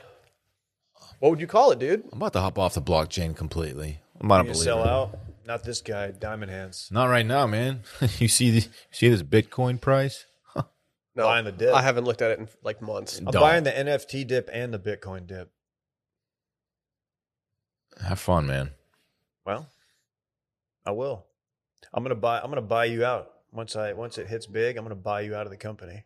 Speaker 1: What would you call it, dude?
Speaker 3: I'm about to hop off the blockchain completely. I'm not a
Speaker 2: You
Speaker 3: believer.
Speaker 2: sell out. Not this guy, Diamond Hands.
Speaker 3: Not right now, man. <laughs> you see, the, you see this Bitcoin price?
Speaker 1: No,
Speaker 2: Buying the dip.
Speaker 1: I haven't looked at it in like months.
Speaker 2: I'm
Speaker 3: Don't.
Speaker 2: buying the NFT dip and the Bitcoin dip.
Speaker 3: Have fun, man.
Speaker 2: Well, I will. I'm gonna buy. I'm gonna buy you out once I once it hits big. I'm gonna buy you out of the company.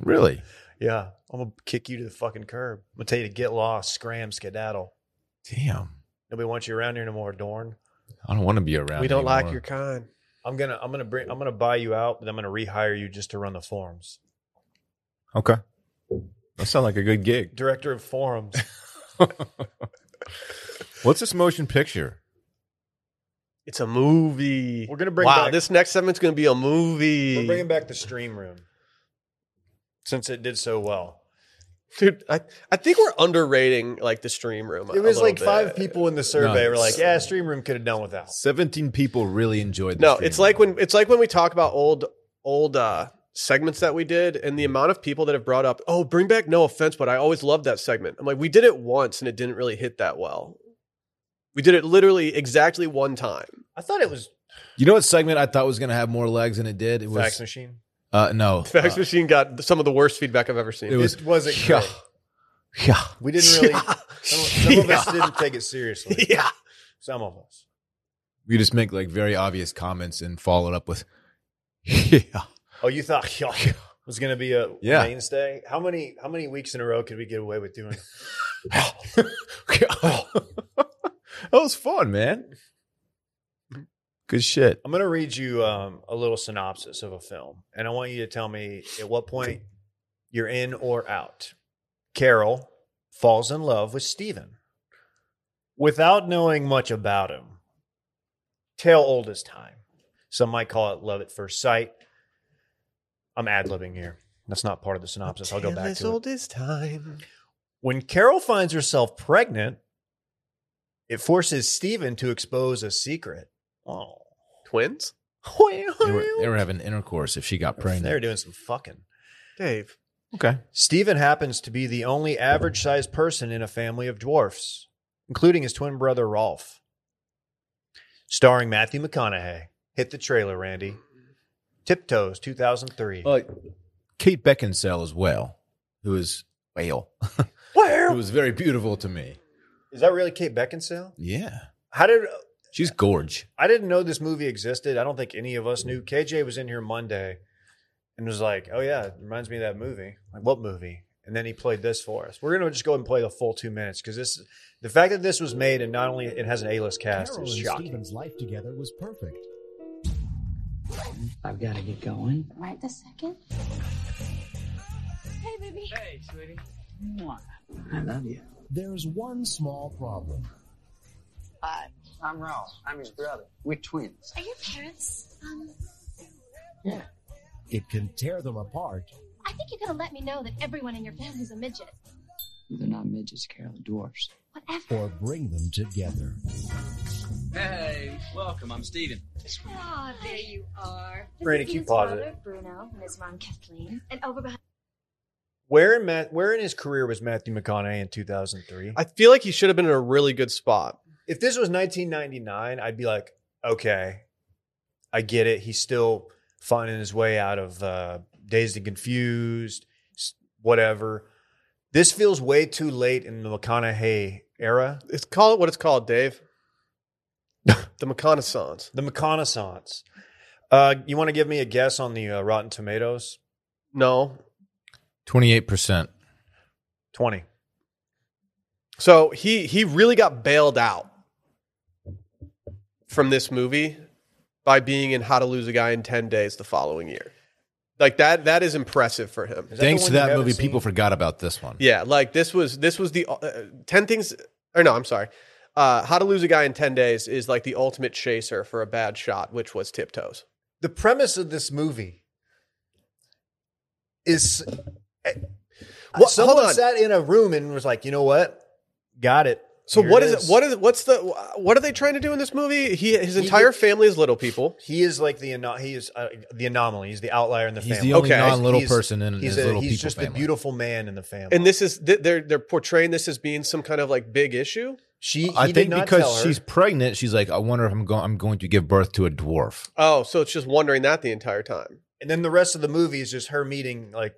Speaker 3: Really?
Speaker 2: Yeah, I'm gonna kick you to the fucking curb. I'm gonna tell you to get lost, scram, skedaddle.
Speaker 3: Damn.
Speaker 2: Nobody wants you around here no more, Dorn.
Speaker 3: I don't want to be around.
Speaker 1: We don't like
Speaker 3: anymore.
Speaker 1: your kind.
Speaker 2: I'm gonna I'm gonna bring I'm gonna buy you out, but I'm gonna rehire you just to run the forums.
Speaker 3: Okay. That sounds like a good gig. <laughs>
Speaker 2: Director
Speaker 1: <laughs>
Speaker 2: of forums.
Speaker 3: What's this motion picture?
Speaker 1: It's a movie.
Speaker 2: We're gonna bring
Speaker 1: wow,
Speaker 2: back-
Speaker 1: this next segment's gonna be a movie.
Speaker 2: We're bringing back the stream room since it did so well.
Speaker 1: Dude, I, I think we're underrating like the stream room. a-
Speaker 2: It
Speaker 1: a
Speaker 2: was
Speaker 1: little
Speaker 2: like
Speaker 1: bit.
Speaker 2: five people in the survey
Speaker 3: No,
Speaker 2: were like, "Yeah, stream room could have done without."
Speaker 3: Seventeen people really enjoyed.
Speaker 1: No,
Speaker 3: this
Speaker 1: it's
Speaker 3: stream.
Speaker 1: like when it's like when we talk about old old uh segments that we did and the
Speaker 3: Mm-hmm.
Speaker 1: amount of people that have brought up, oh, bring back no offense, but I always loved that segment. I'm like, we did it once and it didn't really hit that well. We did it literally exactly one time.
Speaker 2: I thought it was
Speaker 3: you know what segment I thought was going to have more legs than it did. It
Speaker 2: fax
Speaker 3: was
Speaker 2: machine.
Speaker 3: uh, no.
Speaker 1: Fax
Speaker 3: Uh,
Speaker 1: machine got some of the worst feedback I've ever seen.
Speaker 3: It was-
Speaker 2: It
Speaker 3: <laughs>
Speaker 2: wasn't.
Speaker 3: yeah,
Speaker 2: great.
Speaker 3: Uh, <laughs> yeah,
Speaker 2: We didn't really. Some, <laughs> some of us
Speaker 3: Yeah.
Speaker 2: didn't take it
Speaker 3: <laughs>
Speaker 2: seriously.
Speaker 1: yeah.
Speaker 2: Some of us.
Speaker 3: We just make like very obvious comments and follow it up with yeah. <laughs>
Speaker 2: Oh, you thought <laughs> was going to be a
Speaker 3: Yeah.
Speaker 2: mainstay? How many how many weeks in a row could we get away with doing?
Speaker 3: that was fun, man. Good shit.
Speaker 2: I'm going to read you um, a little synopsis of a film, and I want you to tell me at what point you're in or out. Carol falls in love with Stephen without knowing much about him. Tale old as time. Some might call it love at first sight. I'm ad libbing here. That's not part of the synopsis. I'll go back
Speaker 1: As
Speaker 2: to it.
Speaker 1: old as time.
Speaker 2: When Carol finds herself pregnant, it forces Stephen to expose a secret. Oh.
Speaker 1: Twins?
Speaker 3: They were, they were having intercourse if she got
Speaker 2: They were
Speaker 3: pregnant.
Speaker 2: doing some fucking.
Speaker 1: Dave.
Speaker 3: Okay.
Speaker 2: Stephen happens to be the only average sized person in a family of dwarfs, including his twin brother Rolf. Starring Matthew McConaughey. Hit the trailer, Randy. Tiptoes 2003.
Speaker 3: Well, Kate Beckinsale as well, who is whale, who was very beautiful to me.
Speaker 2: Is that really Kate Beckinsale?
Speaker 3: Yeah.
Speaker 2: How did
Speaker 3: She's gorge.
Speaker 2: I didn't know this movie existed. I don't think any of us knew.
Speaker 4: Mm.
Speaker 2: KJ was in here Monday and was like, "Oh yeah, it reminds me of that movie." Like, what movie? And then he played this for us. We're gonna just go ahead and play the full two minutes because this, the fact that this was made and not only it has an A-list cast
Speaker 4: Carol
Speaker 2: is
Speaker 4: and
Speaker 2: shocking.
Speaker 4: Stephen's life together was perfect.
Speaker 6: I've got to get going.
Speaker 5: Right this second. Hey, baby.
Speaker 6: Mwah. I love you.
Speaker 4: There's one small problem.
Speaker 6: Hi, I'm Ralph. I'm his brother. We're twins.
Speaker 5: Are your parents? Um,
Speaker 6: Yeah.
Speaker 4: It can tear them apart
Speaker 5: I think you're gonna let me know that everyone in your family's a midget.
Speaker 6: They're not midgets, Carol. They're dwarfs.
Speaker 5: Whatever.
Speaker 4: or bring them together.
Speaker 7: Hey, welcome. I'm Steven.
Speaker 5: Ah, there you are. This
Speaker 2: Randy,
Speaker 5: is
Speaker 2: can you
Speaker 5: his
Speaker 2: pause
Speaker 5: father,
Speaker 2: it?
Speaker 5: Bruno and his mom Kathleen, and over behind.
Speaker 2: Where in Matt, where in his career was Matthew McConaughey in 2003?
Speaker 1: I feel like he should have been in a really good spot.
Speaker 2: if this was 1999, I'd be like, okay, I get it. He's still finding his way out of uh, dazed and confused, s- whatever. This feels way too late in the McConaughey era.
Speaker 1: It's call it what it's called, Dave. the McConaissance.
Speaker 2: The McConaissance. Uh, you want to give me a guess on the uh, Rotten Tomatoes?
Speaker 1: No.
Speaker 3: 28%.
Speaker 2: 20.
Speaker 1: So he he really got bailed out from this movie by being in How to Lose a Guy in 10 Days the following year. Like that that is impressive for him.
Speaker 2: Is the
Speaker 3: Thanks
Speaker 2: one
Speaker 3: to
Speaker 2: you
Speaker 3: that
Speaker 2: haven't
Speaker 3: movie,
Speaker 2: seen?
Speaker 3: people forgot about this one.
Speaker 1: Yeah, like this was this was the uh, ten things or no, I'm sorry. Uh, How to lose a guy in ten days is like the ultimate chaser for a bad shot, which was tiptoes.
Speaker 2: the premise of this movie is
Speaker 1: What-
Speaker 2: someone
Speaker 1: hold on.
Speaker 2: sat in a room and was like, you know what? Got it.
Speaker 1: So
Speaker 2: Here
Speaker 1: what is it?
Speaker 2: is.
Speaker 1: What is what's the what are they trying to do in this movie? He his
Speaker 2: He
Speaker 1: entire
Speaker 2: did-
Speaker 1: family is little people.
Speaker 2: He is like the ano- he is uh, the anomaly. He's the outlier in the
Speaker 3: He's
Speaker 2: family.
Speaker 3: the only
Speaker 1: Okay.
Speaker 3: non-little
Speaker 2: He's-
Speaker 3: person in
Speaker 2: he's
Speaker 3: his
Speaker 2: a-
Speaker 3: little
Speaker 2: he's
Speaker 3: people
Speaker 2: just the
Speaker 3: family.
Speaker 2: beautiful man in the family.
Speaker 1: And this is th- they're they're portraying this as being some kind of like big issue.
Speaker 2: she, he
Speaker 3: I
Speaker 2: did
Speaker 3: think
Speaker 2: not tell
Speaker 3: because
Speaker 2: her.
Speaker 3: she's pregnant, she's like, I wonder if I'm going. I'm going to give birth to a dwarf.
Speaker 1: Oh, so it's just wondering that the entire time.
Speaker 2: and then the rest of the movie is just her meeting like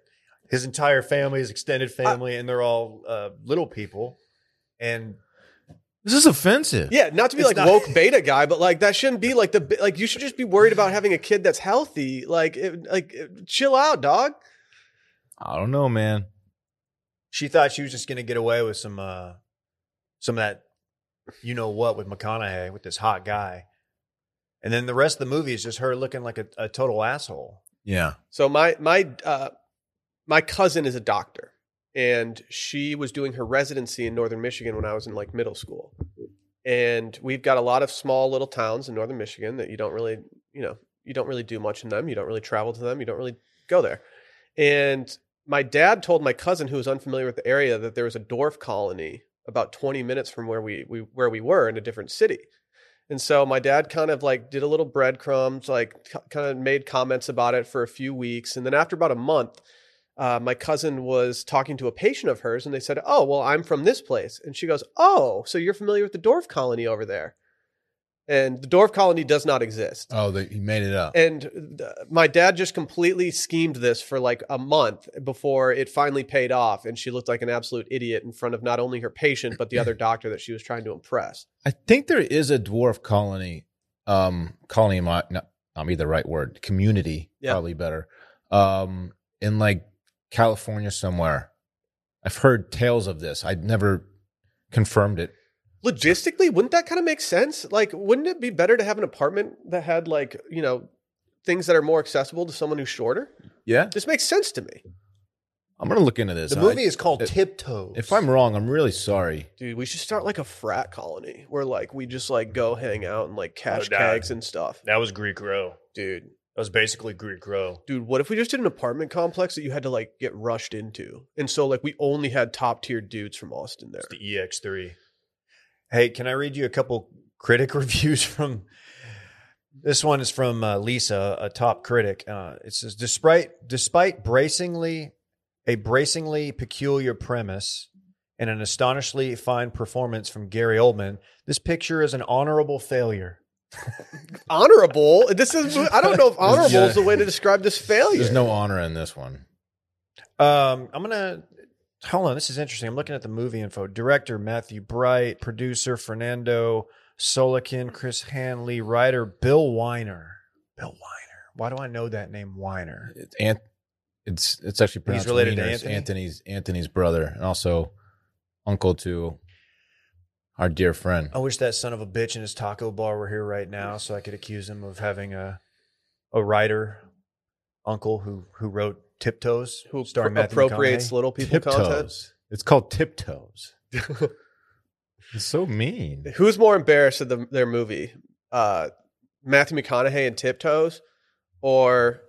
Speaker 2: his entire family, his extended family, and they're all uh, little people. And
Speaker 3: This is offensive.
Speaker 1: Yeah, not to be
Speaker 2: It's
Speaker 1: like
Speaker 2: not-
Speaker 1: woke beta guy, but like that shouldn't be like the bi- like you should just be worried about having a kid that's healthy. Like it, like it- chill out, dog.
Speaker 3: I don't know, man.
Speaker 2: she thought she was just going to get away with some uh, some of that you know what with McConaughey with this hot guy. And then the rest of the movie is just her looking like a, a total asshole.
Speaker 3: Yeah.
Speaker 1: So my my uh, my cousin is a doctor, and she was doing her residency in Northern Michigan when I was in like middle school. And we've got a lot of small little towns in Northern Michigan that you don't really, you know, you don't really do much in them. You don't really travel to them. You don't really go there. And my dad told my cousin, who was unfamiliar with the area, that there was a dwarf colony about 20 minutes from where we, we where we were in a different city. And so my dad kind of like did a little breadcrumbs, like k- kind of made comments about it for a few weeks. And then after about a month, uh, my cousin was talking to a patient of hers and they said, Oh, well, I'm from this place. And she goes, Oh, so you're familiar with the dwarf colony over there. And the dwarf colony does not exist.
Speaker 3: Oh, they, he made it up.
Speaker 1: And uh, my dad just completely schemed this for like a month before it finally paid off. And she looked like an absolute idiot in front of not only her patient, but the other doctor that she was trying to impress.
Speaker 3: I think there is a dwarf colony, um, colony in my, no, um, either right word, community,
Speaker 1: Yeah.
Speaker 3: probably better, um, in like California somewhere. I've heard tales of this. I'd never confirmed it.
Speaker 1: Logistically, wouldn't that kind of make sense? Like, wouldn't it be better to have an apartment that had like you know things that are more accessible to someone who's shorter?
Speaker 3: Yeah,
Speaker 1: This makes sense to me,
Speaker 3: I'm gonna look into this.
Speaker 2: The
Speaker 3: I-
Speaker 2: movie is called
Speaker 3: if-
Speaker 2: Tiptoe.
Speaker 3: if I'm wrong, I'm really sorry.
Speaker 1: dude. We should start like a frat colony where like we just like go hang out and like
Speaker 2: Oh,
Speaker 1: cash
Speaker 2: dad.
Speaker 1: kegs and stuff,
Speaker 2: that was Greek Row.
Speaker 1: dude.
Speaker 2: That was basically Greek Row.
Speaker 1: Dude, what if we just did an apartment complex that you had to like get rushed into? And so like we only had top tier dudes from Austin there.
Speaker 2: It's the EX3. Hey, can I read you a couple critic <laughs> reviews from? This one is from uh, Lisa, a top critic. Uh, it says, despite despite bracingly a bracingly peculiar premise and an astonishingly fine performance from Gary Oldman, this picture is an honorable failure.
Speaker 1: honorable. This is I don't know if honorable is the way to describe this failure.
Speaker 3: There's no honor in this one.
Speaker 2: Um, I'm gonna hold on. This is interesting. I'm looking at the movie info. Director Matthew Bright, producer Fernando Solikin, Chris Hanley, writer Bill Weiner. Bill Weiner. Why do I know that name Weiner?
Speaker 3: It's Ant, it's it's actually pronounced
Speaker 2: related to
Speaker 3: Wieners,
Speaker 2: Anthony?
Speaker 3: Anthony's Anthony's brother, and also uncle to our dear friend.
Speaker 2: I wish that son of a bitch in his taco bar were here right now, so I could accuse him of having a a writer uncle who who wrote Tiptoes,
Speaker 1: Who
Speaker 2: starring
Speaker 1: pro-
Speaker 2: Matthew
Speaker 1: appropriates
Speaker 2: McConaughey.
Speaker 1: little people content?
Speaker 3: Tiptoes. It's called Tiptoes. it's so mean.
Speaker 1: Who's more embarrassed of the, their movie? Uh, Matthew McConaughey and Tiptoes, or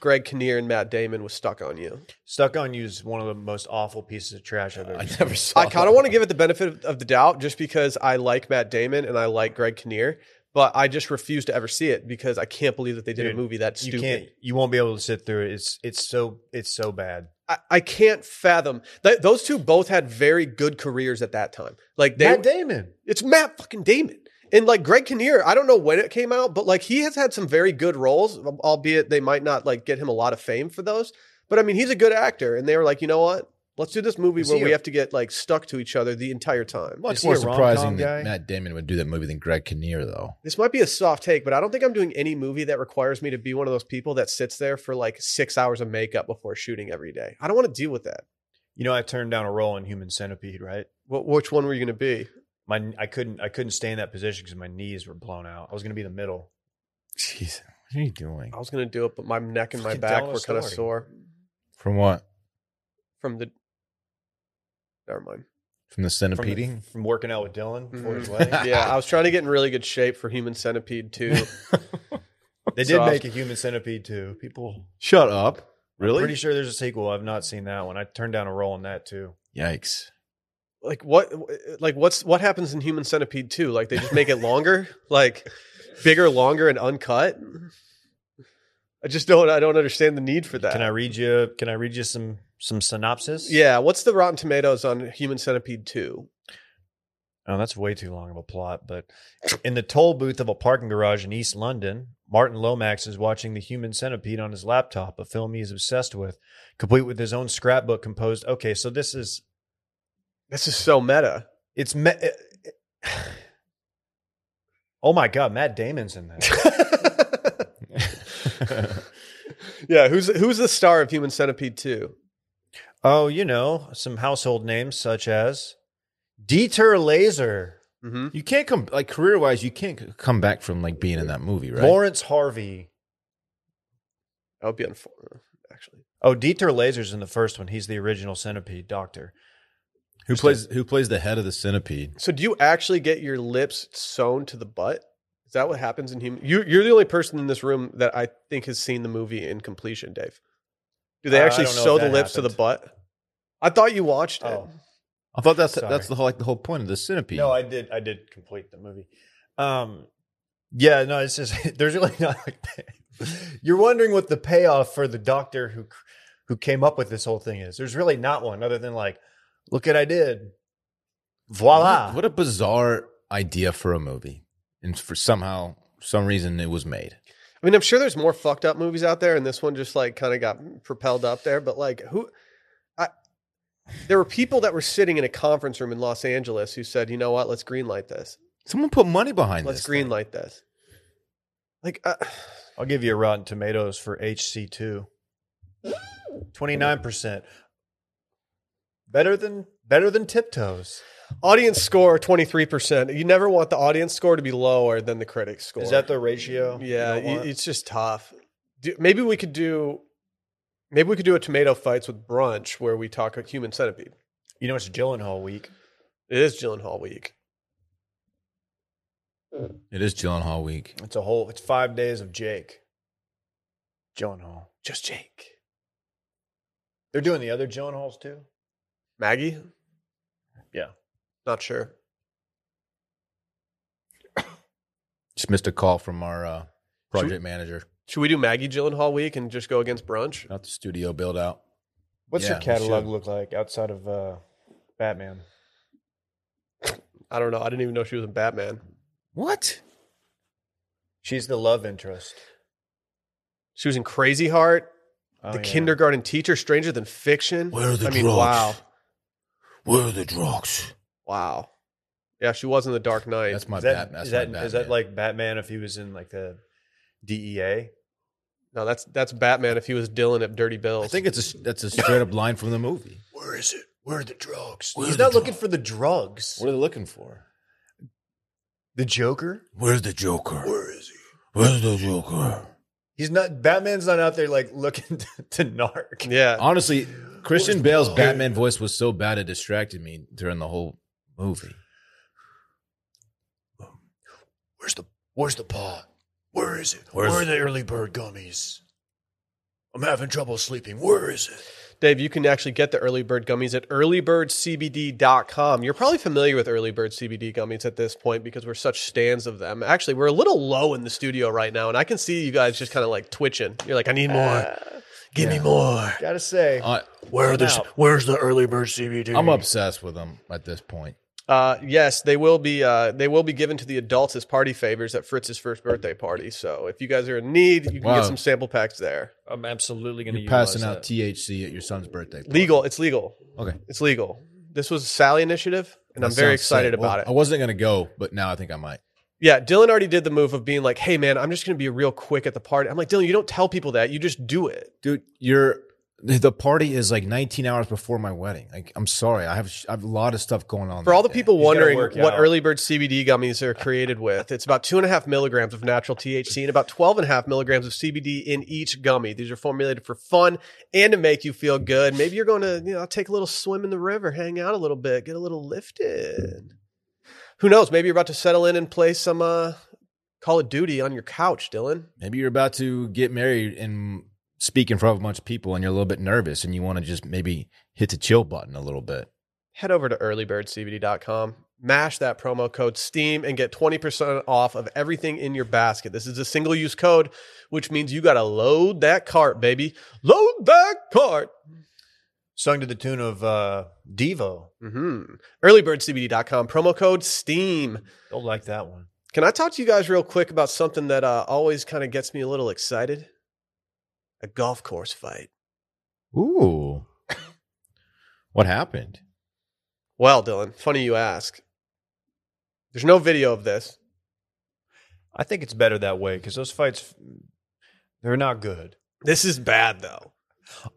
Speaker 1: Greg Kinnear and Matt Damon was stuck on you?
Speaker 2: Stuck on You is one of the most awful pieces of trash I've ever.
Speaker 3: I
Speaker 2: seen.
Speaker 3: never saw.
Speaker 1: I kind of want to give it the benefit of the doubt just because I like Matt Damon and I like Greg Kinnear, but I just refuse to ever see it because I can't believe that they did
Speaker 2: Dude,
Speaker 1: a movie that
Speaker 2: you
Speaker 1: stupid.
Speaker 2: can't you won't be able to sit through it it's it's so it's so bad
Speaker 1: I, I can't fathom. Th- those two both had very good careers at that time. Like they,
Speaker 2: matt damon
Speaker 1: it's Matt fucking Damon. And like Greg Kinnear, I don't know when it came out, but like he has had some very good roles, albeit they might not like get him a lot of fame for those. But I mean, he's a good actor, and they were like, you know what? Let's do this movie
Speaker 2: Is
Speaker 1: where
Speaker 2: he
Speaker 1: we
Speaker 2: a-
Speaker 1: have to get like stuck to each other the entire time.
Speaker 2: Is
Speaker 3: Much
Speaker 2: he
Speaker 3: more
Speaker 2: a rom-com
Speaker 3: surprising
Speaker 2: guy?
Speaker 3: that Matt Damon would do that movie than Greg Kinnear, though.
Speaker 1: This might be a soft take, but I don't think I'm doing any movie that requires me to be one of those people that sits there for like six hours of makeup before shooting every day. I don't want to deal with that.
Speaker 2: you know i turned down a role in human centipede right
Speaker 1: What, which one were you going to be?
Speaker 2: my i couldn't i couldn't stay in that position because my knees were blown out i was going to be the middle
Speaker 3: Jeez, what are you doing?
Speaker 1: I was going to do it, but my neck and my
Speaker 2: Fucking
Speaker 1: back
Speaker 2: tell
Speaker 1: were
Speaker 2: us
Speaker 1: kind of
Speaker 2: story.
Speaker 1: sore
Speaker 3: From what?
Speaker 1: from the. Never
Speaker 3: <laughs>
Speaker 1: mind.
Speaker 3: From the
Speaker 2: from, the-
Speaker 3: centipeding?
Speaker 2: from working out with dylan before his
Speaker 1: Mhm.
Speaker 2: wedding
Speaker 1: yeah, I was trying to get in really good shape for Human Centipede too.
Speaker 2: they did
Speaker 1: So I was-
Speaker 2: make a human centipede too people
Speaker 3: <laughs> Shut up! Really?
Speaker 2: pretty sure there's a sequel i've not seen that one i turned down a role in that too
Speaker 3: Yikes!
Speaker 1: like what? uh, Like what's what happens in Human Centipede too? Like they just make it
Speaker 3: <laughs>
Speaker 1: longer, like bigger, longer, and uncut. I just don't. I don't understand the need for that.
Speaker 2: can i read you can i read you some some synopsis
Speaker 1: Yeah, what's the Rotten Tomatoes on Human Centipede 2?
Speaker 2: Oh, that's way too long of a plot. But in the toll booth of a parking garage in East London, Martin Lomax is watching The Human Centipede on his laptop, a film he is obsessed with, complete with his own scrapbook composed. Okay, so this is
Speaker 1: This is so meta.
Speaker 2: it's. Me- eh, oh my God, Matt Damon's in that.
Speaker 1: yeah, who's who's the star of Human Centipede 2?
Speaker 2: oh, you know some household names such as Dieter Laser,
Speaker 1: Mm-hmm.
Speaker 3: <laughs> You can't come like career wise. You can't c- come back from like being in that movie, right?
Speaker 2: Lawrence Harvey.
Speaker 1: That would be unfortunate, actually.
Speaker 2: Oh, Dieter Laser's in the first one. He's the original Centipede Doctor.
Speaker 3: who plays Who plays the head of the centipede?
Speaker 1: So do you actually get your lips sewn to the butt? Is that what happens in human? You, you're the only person in this room that I think has seen the movie in completion, Dave. Do they
Speaker 2: Uh, I
Speaker 1: actually
Speaker 2: don't know
Speaker 1: sew
Speaker 2: if
Speaker 1: the
Speaker 2: that
Speaker 1: lips to the butt? I thought you watched it.
Speaker 2: Oh.
Speaker 3: I thought that's
Speaker 2: Sorry.
Speaker 3: that's the whole like the whole point of the centipede.
Speaker 2: No, I did. I did complete the movie. Um, yeah, no, it's just <laughs> there's really not. Like, you're wondering what the payoff for the doctor who who came up with this whole thing is. There's really not one other than like, look at I did. Voila.
Speaker 3: What a, what a bizarre idea for a movie, and for somehow some reason it was made.
Speaker 1: I mean, I'm sure there's more fucked up movies out there, and this one just like kind of got propelled up there. But like, who? I there were people that were sitting in a conference room in Los Angeles who said, "You know what? Let's greenlight this.
Speaker 3: Someone put money behind
Speaker 1: Let's
Speaker 3: this.
Speaker 1: greenlight this." Like, uh,
Speaker 2: I'll give you a Rotten Tomatoes for HC2. 29%. Better than better than Tiptoes.
Speaker 1: Audience score twenty three percent. You never want the audience score to be lower than the critic score.
Speaker 2: Is that the ratio? you
Speaker 1: yeah?
Speaker 2: don't
Speaker 1: y-
Speaker 2: want?
Speaker 1: it's just tough. Do, maybe we could do, maybe we could do a tomato fights with brunch where we talk a human centipede.
Speaker 2: you know it's Gyllenhaal week.
Speaker 1: It is Gyllenhaal week.
Speaker 3: It is Gyllenhaal week.
Speaker 2: It's a whole it's 5 days of Jake. Gyllenhaal.
Speaker 1: Just Jake,
Speaker 2: They're doing the other Gyllenhaals too?
Speaker 1: Maggie.
Speaker 2: Yeah.
Speaker 1: not sure.
Speaker 3: Just missed a call from our uh, project
Speaker 1: Should
Speaker 3: manager.
Speaker 1: Should we do Maggie Gyllenhaal week and just go against brunch?
Speaker 3: Not the studio build out.
Speaker 2: What's
Speaker 3: Yeah,
Speaker 2: your
Speaker 3: we
Speaker 2: catalog
Speaker 3: should.
Speaker 2: look like outside of uh, Batman?
Speaker 1: I don't know. I didn't even know she was in Batman.
Speaker 3: What?
Speaker 2: She's the love interest.
Speaker 1: She was in Crazy Heart,
Speaker 2: Oh,
Speaker 1: The
Speaker 2: yeah.
Speaker 1: Kindergarten Teacher, Stranger Than Fiction.
Speaker 3: Where are the
Speaker 1: I mean,
Speaker 3: drugs?
Speaker 1: wow,
Speaker 3: Where are the drugs?
Speaker 1: wow. Yeah, she was in The Dark Knight.
Speaker 3: That's my
Speaker 2: Is that,
Speaker 3: Batman. That's
Speaker 2: is,
Speaker 3: my
Speaker 2: that, is that
Speaker 3: Batman.
Speaker 2: like Batman if he was in like the E DEA?
Speaker 1: No, that's that's Batman if he was Dylan at Dirty
Speaker 3: I
Speaker 1: Bills.
Speaker 3: think it's a s- that's
Speaker 2: <laughs>
Speaker 3: a straight up line from the movie.
Speaker 2: Where is it? Where are the drugs?
Speaker 3: Where
Speaker 2: He's
Speaker 3: are the
Speaker 2: not looking
Speaker 3: drugs?
Speaker 2: for the drugs.
Speaker 3: What are they looking for?
Speaker 2: The Joker?
Speaker 3: Where's the Joker? Where is he? Where's the Joker?
Speaker 2: He's not. Batman's not out there like looking <laughs> to, to narc.
Speaker 1: yeah.
Speaker 3: Honestly, Christian
Speaker 2: Where's-
Speaker 3: Bale's Batman voice was so bad it distracted me during the whole movie.
Speaker 2: Where's the Where's the pot? Where is it?
Speaker 3: Where's- Where are
Speaker 2: the early bird gummies? I'm having trouble sleeping. Where is it?
Speaker 1: Dave, you can actually get the early bird gummies at earlybirdcbd.com. You're probably familiar with early bird CBD gummies at this point because we're such stands of them. Actually, we're a little low in the studio right now, and I can see you guys just kind of like twitching. You're like, I need more.
Speaker 3: Uh.
Speaker 1: Give me more.
Speaker 2: Gotta say,
Speaker 3: I,
Speaker 2: where are the
Speaker 8: Where's the early bird CBD?
Speaker 3: I'm obsessed with him at this point.
Speaker 1: Uh, yes, they will be. Uh, they will be given to the adults as party favors at Fritz's first birthday party. So if you guys are in need, you can
Speaker 3: Wow.
Speaker 1: get some sample packs there.
Speaker 2: I'm absolutely gonna.
Speaker 3: You're passing
Speaker 1: uh,
Speaker 2: utilize
Speaker 3: out
Speaker 2: that.
Speaker 3: THC at your son's birthday. party.
Speaker 1: Legal. It's legal.
Speaker 3: Okay.
Speaker 1: It's legal. This was a Sally initiative, and I'm
Speaker 3: That
Speaker 1: very
Speaker 3: sounds sick.
Speaker 1: excited
Speaker 3: Well,
Speaker 1: about it.
Speaker 3: I wasn't gonna go, but now I think I might.
Speaker 1: Yeah, Dylan already did the move of being like, "Hey, man, I'm just going to be real quick at the party." I'm like, Dylan, you don't tell people that. You just do it.
Speaker 3: dude you're the party is like 19 hours before my wedding like i'm sorry i have i have a lot of stuff going on
Speaker 1: For all the
Speaker 3: that day.
Speaker 1: people
Speaker 2: He's gotta
Speaker 1: wondering
Speaker 2: work
Speaker 1: what
Speaker 2: out.
Speaker 1: early bird CBD gummies are created with, it's about two and a half milligrams of natural THC and about 12 and a half milligrams of CBD in each gummy. These are formulated for fun and to make you feel good. Maybe you're going to, you know, take a little swim in the river, hang out a little bit, get a little lifted. Who knows? Maybe you're about to settle in and play some uh, Call of Duty on your couch, Dylan.
Speaker 3: maybe you're about to get married and speak in front of a bunch of people and you're a little bit nervous and you want to just maybe hit the chill button a little bit
Speaker 1: head over to earlybirdcbd.com, mash that promo code STEAM, and get 20% off of everything in your basket. This is a single use code, which means you got to load that cart, baby. Load that cart.
Speaker 2: Sung to the tune of uh, Devo.
Speaker 1: Mm-hmm. Earlybirdcbd.com, promo code STEAM.
Speaker 2: Don't like that one.
Speaker 1: Can I talk to you guys real quick about something that uh, always kind of gets me a little excited? A golf course fight. <laughs>
Speaker 3: ooh what happened
Speaker 1: Well, Dylan, funny you ask. There's no video of this.
Speaker 2: I think it's better that way because those fights, they're not good.
Speaker 1: This is bad, though.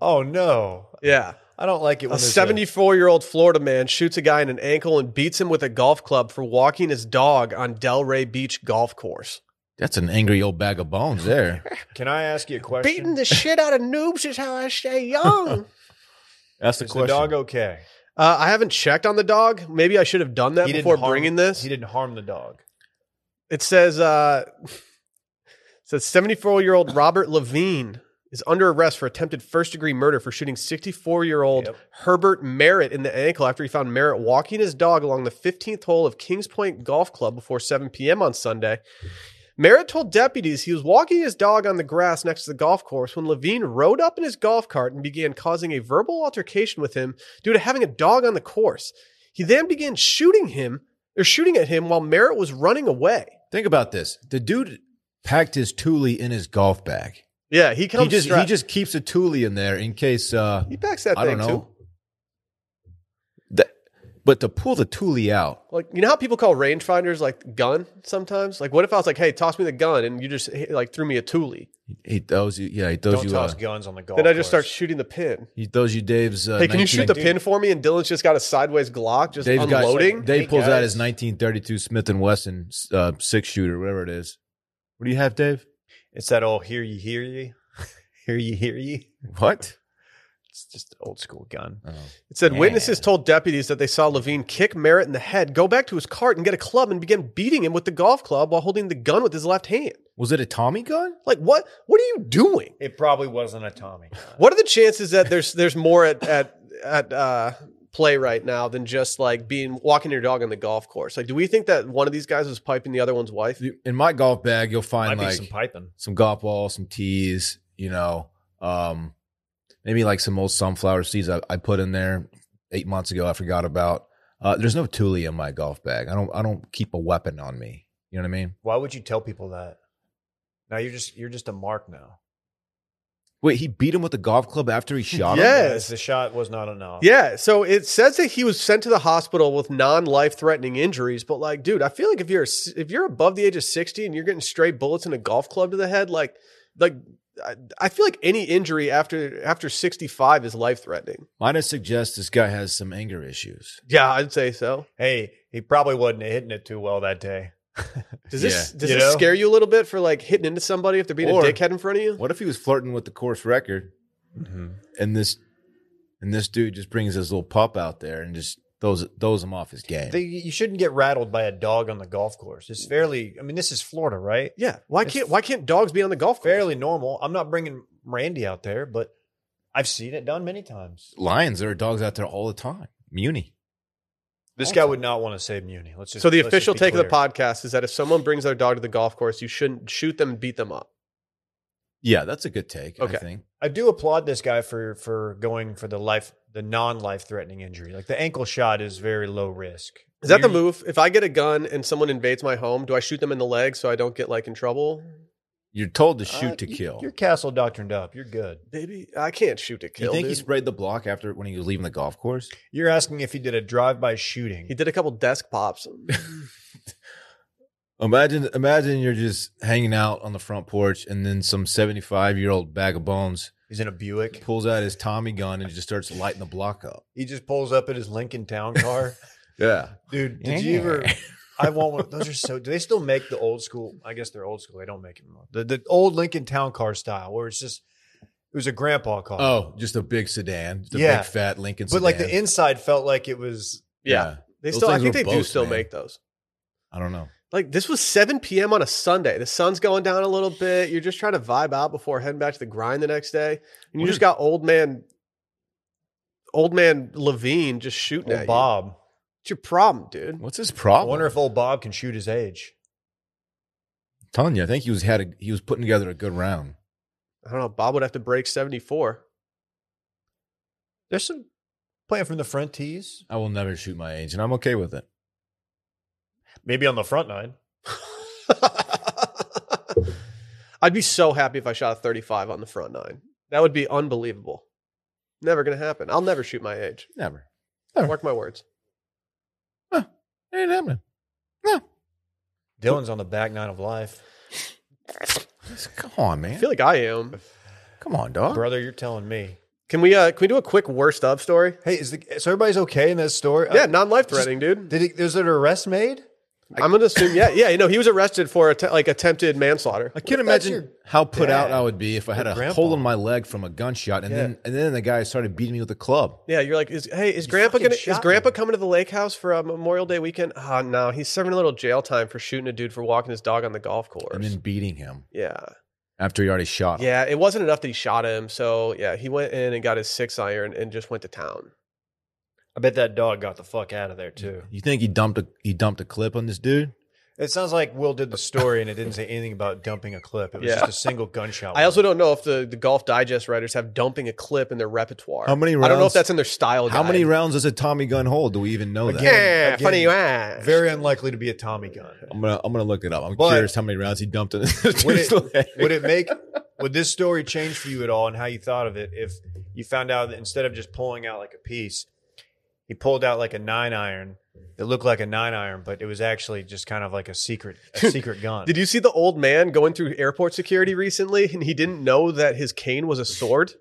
Speaker 2: Oh no,
Speaker 1: Yeah.
Speaker 2: I don't like it. When
Speaker 1: A
Speaker 2: there's
Speaker 1: 74 year old Florida man shoots a guy in an ankle and beats him with a golf club for walking his dog on Delray Beach golf course.
Speaker 3: that's an angry old bag of
Speaker 1: <laughs>
Speaker 3: bones there
Speaker 2: Can I ask you a question?
Speaker 1: the shit out of noobs is how I <laughs> stay young.
Speaker 3: that's the
Speaker 2: Is
Speaker 3: question
Speaker 2: the dog okay?
Speaker 1: uh, I haven't checked on the dog. Maybe I should have done that
Speaker 2: He didn't
Speaker 1: before
Speaker 2: harm-
Speaker 1: bringing this.
Speaker 2: He didn't harm the dog.
Speaker 1: It says uh, <laughs> it says 74 year old Robert Levine is under arrest for attempted first degree murder for shooting 64 year old
Speaker 2: Yep.
Speaker 1: Herbert Merritt in the ankle after he found Merritt walking his dog along the 15th hole of Kings Point Golf Club before 7 p.m. on Sunday. Merritt told deputies he was walking his dog on the grass next to the golf course when Levine rode up in his golf cart and began causing a verbal altercation with him due to having a dog on the course. He then began shooting him or shooting at him while Merritt was running away.
Speaker 3: think about this the dude packed his thule in his golf bag
Speaker 1: Yeah, he comes.
Speaker 3: he just
Speaker 1: strapped-
Speaker 3: he just keeps a thule in there in case uh
Speaker 1: he backs that
Speaker 3: I
Speaker 1: thing
Speaker 3: don't know.
Speaker 1: too.
Speaker 3: That, But to pull the Thule out,
Speaker 1: Like you know how people call rangefinders like gun sometimes. Like what if I was like, hey, toss me the gun, and you just hit- like threw me a Thule,
Speaker 3: he throws you. Yeah, he throws
Speaker 2: Don't
Speaker 3: you.
Speaker 2: toss
Speaker 3: uh,
Speaker 2: guns on the golf.
Speaker 1: then I just start
Speaker 2: course.
Speaker 1: shooting the pin.
Speaker 3: he throws you Dave's. Uh,
Speaker 1: Hey, can you shoot the
Speaker 3: 19
Speaker 1: pin for me? And Dylan's just got a sideways Glock, just
Speaker 3: Dave's got-
Speaker 1: unloading.
Speaker 3: Dave
Speaker 2: Hey,
Speaker 3: pulls out his
Speaker 2: guys.
Speaker 3: 1932 Smith and Wesson uh, six shooter, whatever it is. What do you have, Dave?
Speaker 2: It's that old "hear ye, hear
Speaker 1: <laughs>
Speaker 2: ye, hear ye, hear ye."
Speaker 3: What?
Speaker 2: It's just an old school gun.
Speaker 1: It said
Speaker 2: Yeah.
Speaker 1: witnesses told deputies that they saw Levine kick Merritt in the head, go back to his cart, and get a club and begin beating him with the golf club while holding the gun with his left hand.
Speaker 3: Was it a Tommy gun?
Speaker 1: Like what? What are you doing?
Speaker 2: It probably wasn't a Tommy. gun.
Speaker 1: What are the chances that there's there's more at at at uh, play right now than just like being walking your dog on the golf course? Like, do we think that one of these guys was piping the other one's wife?
Speaker 3: You- In my golf bag, you'll
Speaker 2: Might
Speaker 3: find
Speaker 2: be
Speaker 3: like
Speaker 2: some
Speaker 3: some,
Speaker 2: piping.
Speaker 3: golf balls, some tees, you know, um, maybe like some old sunflower seeds I, I put in there eight months ago. I forgot about. Uh, there's no Thule in my golf bag. I don't. I don't keep a weapon on me. You know what I mean?
Speaker 2: Why would you tell people that? Now you're just you're just a mark now.
Speaker 3: Wait, he beat him with the golf club after
Speaker 1: <laughs>
Speaker 3: he shot him.
Speaker 1: Yes.
Speaker 2: the shot was not enough.
Speaker 1: Yeah, so it says that he was sent to the hospital with non-life-threatening injuries, but like, dude, I feel like if you're s- if you're above the age of sixty and you're getting stray bullets and a golf club to the head, like, like, I, I feel like any injury after after sixty-five is life-threatening.
Speaker 3: Might I suggest this guy has some anger issues?
Speaker 1: Yeah, I'd say so.
Speaker 2: Hey, he probably wasn't hitting it too well that day.
Speaker 1: Does this does
Speaker 2: You
Speaker 1: this
Speaker 2: know?
Speaker 1: scare you a little bit for like hitting into somebody if they're being
Speaker 3: Or-
Speaker 1: a dickhead in front of you?
Speaker 3: What if he was flirting with the course record
Speaker 1: Mm-hmm.
Speaker 3: and this and this dude just brings his little pup out there and just throws throws him off his game?
Speaker 2: They- you shouldn't get rattled by a dog on the golf course. It's fairly. I mean, this is Florida, right?
Speaker 1: Yeah, why
Speaker 2: It's-
Speaker 1: can't why can't dogs be on the golf course?
Speaker 2: Fairly normal. I'm not bringing Randy out there, but I've seen it done many times.
Speaker 3: Lions, there are dogs out there all the time. Muni.
Speaker 2: This guy would not want to say Muni. Let's just.
Speaker 1: So the
Speaker 2: let's just
Speaker 1: official
Speaker 2: be
Speaker 1: take of the
Speaker 2: clear.
Speaker 1: podcast is that if someone brings their dog to the golf course, you shouldn't shoot them and beat them up.
Speaker 3: Yeah, that's a good take.
Speaker 1: Okay.
Speaker 3: I think.
Speaker 2: I do applaud this guy for for going for the life, the non life threatening injury. Like the ankle shot is very low risk.
Speaker 1: Is that the
Speaker 2: You're-
Speaker 1: move? If I get a gun and someone invades my home, do I shoot them in the leg so I don't get like in trouble?
Speaker 3: You're told to
Speaker 2: Uh,
Speaker 3: shoot to
Speaker 2: you-
Speaker 3: kill.
Speaker 2: You're castle doctrined up. You're good.
Speaker 1: Baby, I can't shoot to
Speaker 3: You
Speaker 1: kill.
Speaker 3: think he
Speaker 1: dude.
Speaker 3: sprayed the block after when he was leaving the golf course?
Speaker 2: You're asking if he did a drive by shooting.
Speaker 1: He did a couple desk pops.
Speaker 3: Imagine, imagine you're just hanging out on the front porch, and then some 75 year old bag of bones
Speaker 2: He's in a Buick.
Speaker 3: pulls out his Tommy gun and just starts lighting the block up.
Speaker 2: He just pulls up in his Lincoln
Speaker 1: <laughs>
Speaker 2: Town Car.
Speaker 3: Yeah,
Speaker 2: Dude, did you ever? I want one. Those are so. Do they still make the old school? I guess they're old school. They don't make it anymore. The the old Lincoln Town Car style, where it's just it was a grandpa car.
Speaker 3: <laughs> Oh, just a big sedan, the
Speaker 2: Yeah.
Speaker 3: big fat Lincoln.
Speaker 2: but like the
Speaker 3: sedan.
Speaker 2: inside felt like it was.
Speaker 1: yeah. They
Speaker 3: Those
Speaker 1: still I
Speaker 3: things
Speaker 1: think
Speaker 3: were
Speaker 1: they do
Speaker 3: boats,
Speaker 1: still
Speaker 3: man.
Speaker 1: make those.
Speaker 3: I don't know.
Speaker 1: Like this was 7 p.m. on a Sunday. The sun's going down a little bit. You're just trying to vibe out before heading back to the grind the next day.
Speaker 3: Mm-hmm.
Speaker 1: And you just got old man old man Levine just shooting
Speaker 2: Old
Speaker 1: at you.
Speaker 2: Bob.
Speaker 1: What's your problem, dude?
Speaker 3: What's his
Speaker 2: I
Speaker 3: problem?
Speaker 2: wonder if old Bob can shoot his age.
Speaker 3: Tanya. I think he was had a, he was putting together a good round.
Speaker 1: I don't know. Bob would have to break 74.
Speaker 2: There's some playing from the front tees,
Speaker 3: I will never shoot my age, and I'm okay with it.
Speaker 2: maybe on the front nine.
Speaker 1: <laughs> I'd be so happy if I shot a 35 on the front nine. That would be unbelievable. Never going to happen. I'll never shoot my age.
Speaker 3: Never.
Speaker 1: Mark my words.
Speaker 3: It ain't happening.
Speaker 2: Dylan's on the back nine of life.
Speaker 3: Just- Come on,
Speaker 1: I
Speaker 3: man.
Speaker 1: feel like I am.
Speaker 3: Come on, dog.
Speaker 2: Brother, you're telling me.
Speaker 1: Can we uh can we do a quick worst of story?
Speaker 2: Hey, is the so everybody's okay in this story?
Speaker 1: Yeah,
Speaker 2: Uh,
Speaker 1: non-life threatening, dude.
Speaker 2: Did he, is there an arrest made?
Speaker 1: I'm going to assume yeah. Yeah, you know, he was arrested for att- like attempted manslaughter.
Speaker 3: I can't
Speaker 2: Well, that's
Speaker 3: imagine
Speaker 2: your
Speaker 3: how put out
Speaker 2: dad,
Speaker 3: I would be if I had
Speaker 2: your
Speaker 3: a
Speaker 2: grandpa.
Speaker 3: hole in my leg from a gunshot, and
Speaker 1: Yeah.
Speaker 3: then and then the guy started beating me with a club.
Speaker 1: Yeah, you're like, is, hey, is grandpa
Speaker 2: fucking
Speaker 1: gonna, is
Speaker 2: shot
Speaker 1: grandpa
Speaker 2: me.
Speaker 1: coming to the lake house for uh, Memorial Day weekend? Ah, no, he's serving a little jail time for shooting a dude for walking his dog on the golf course.
Speaker 3: And then beating him
Speaker 1: yeah,
Speaker 3: after he already shot him.
Speaker 1: Yeah, it wasn't enough that he shot him. So yeah, he went in and got his six iron and just went to town.
Speaker 2: I bet that dog got the fuck out of there too.
Speaker 3: You think he dumped a he dumped a clip on this dude?
Speaker 2: It sounds like Will did the story and it didn't say anything about dumping a clip. It was
Speaker 1: Yeah.
Speaker 2: just a single gunshot.
Speaker 1: I also
Speaker 2: wound.
Speaker 1: don't know if the, the Golf Digest writers have dumping a clip in their repertoire.
Speaker 3: How many
Speaker 1: I don't know if
Speaker 3: rounds-
Speaker 1: that's in their style.
Speaker 3: How many
Speaker 1: guide.
Speaker 3: rounds does a Tommy gun hold? Do we even know that?
Speaker 2: Again,
Speaker 1: Yeah,
Speaker 2: Again,
Speaker 1: funny you ask.
Speaker 2: very unlikely to be a Tommy gun.
Speaker 3: I'm gonna I'm gonna look it up. I'm
Speaker 2: But-
Speaker 3: curious how many rounds he dumped in this
Speaker 2: Would
Speaker 3: dude's
Speaker 2: it, <laughs>
Speaker 3: leg.
Speaker 2: would it make would this story change for you at all and how you thought of it if you found out that instead of just pulling out like a piece, He pulled out like a nine iron. It looked like a nine iron, but it was actually just kind of like a secret, a secret gun.
Speaker 1: Did you see the old man going through airport security recently and he didn't know that his cane was a sword?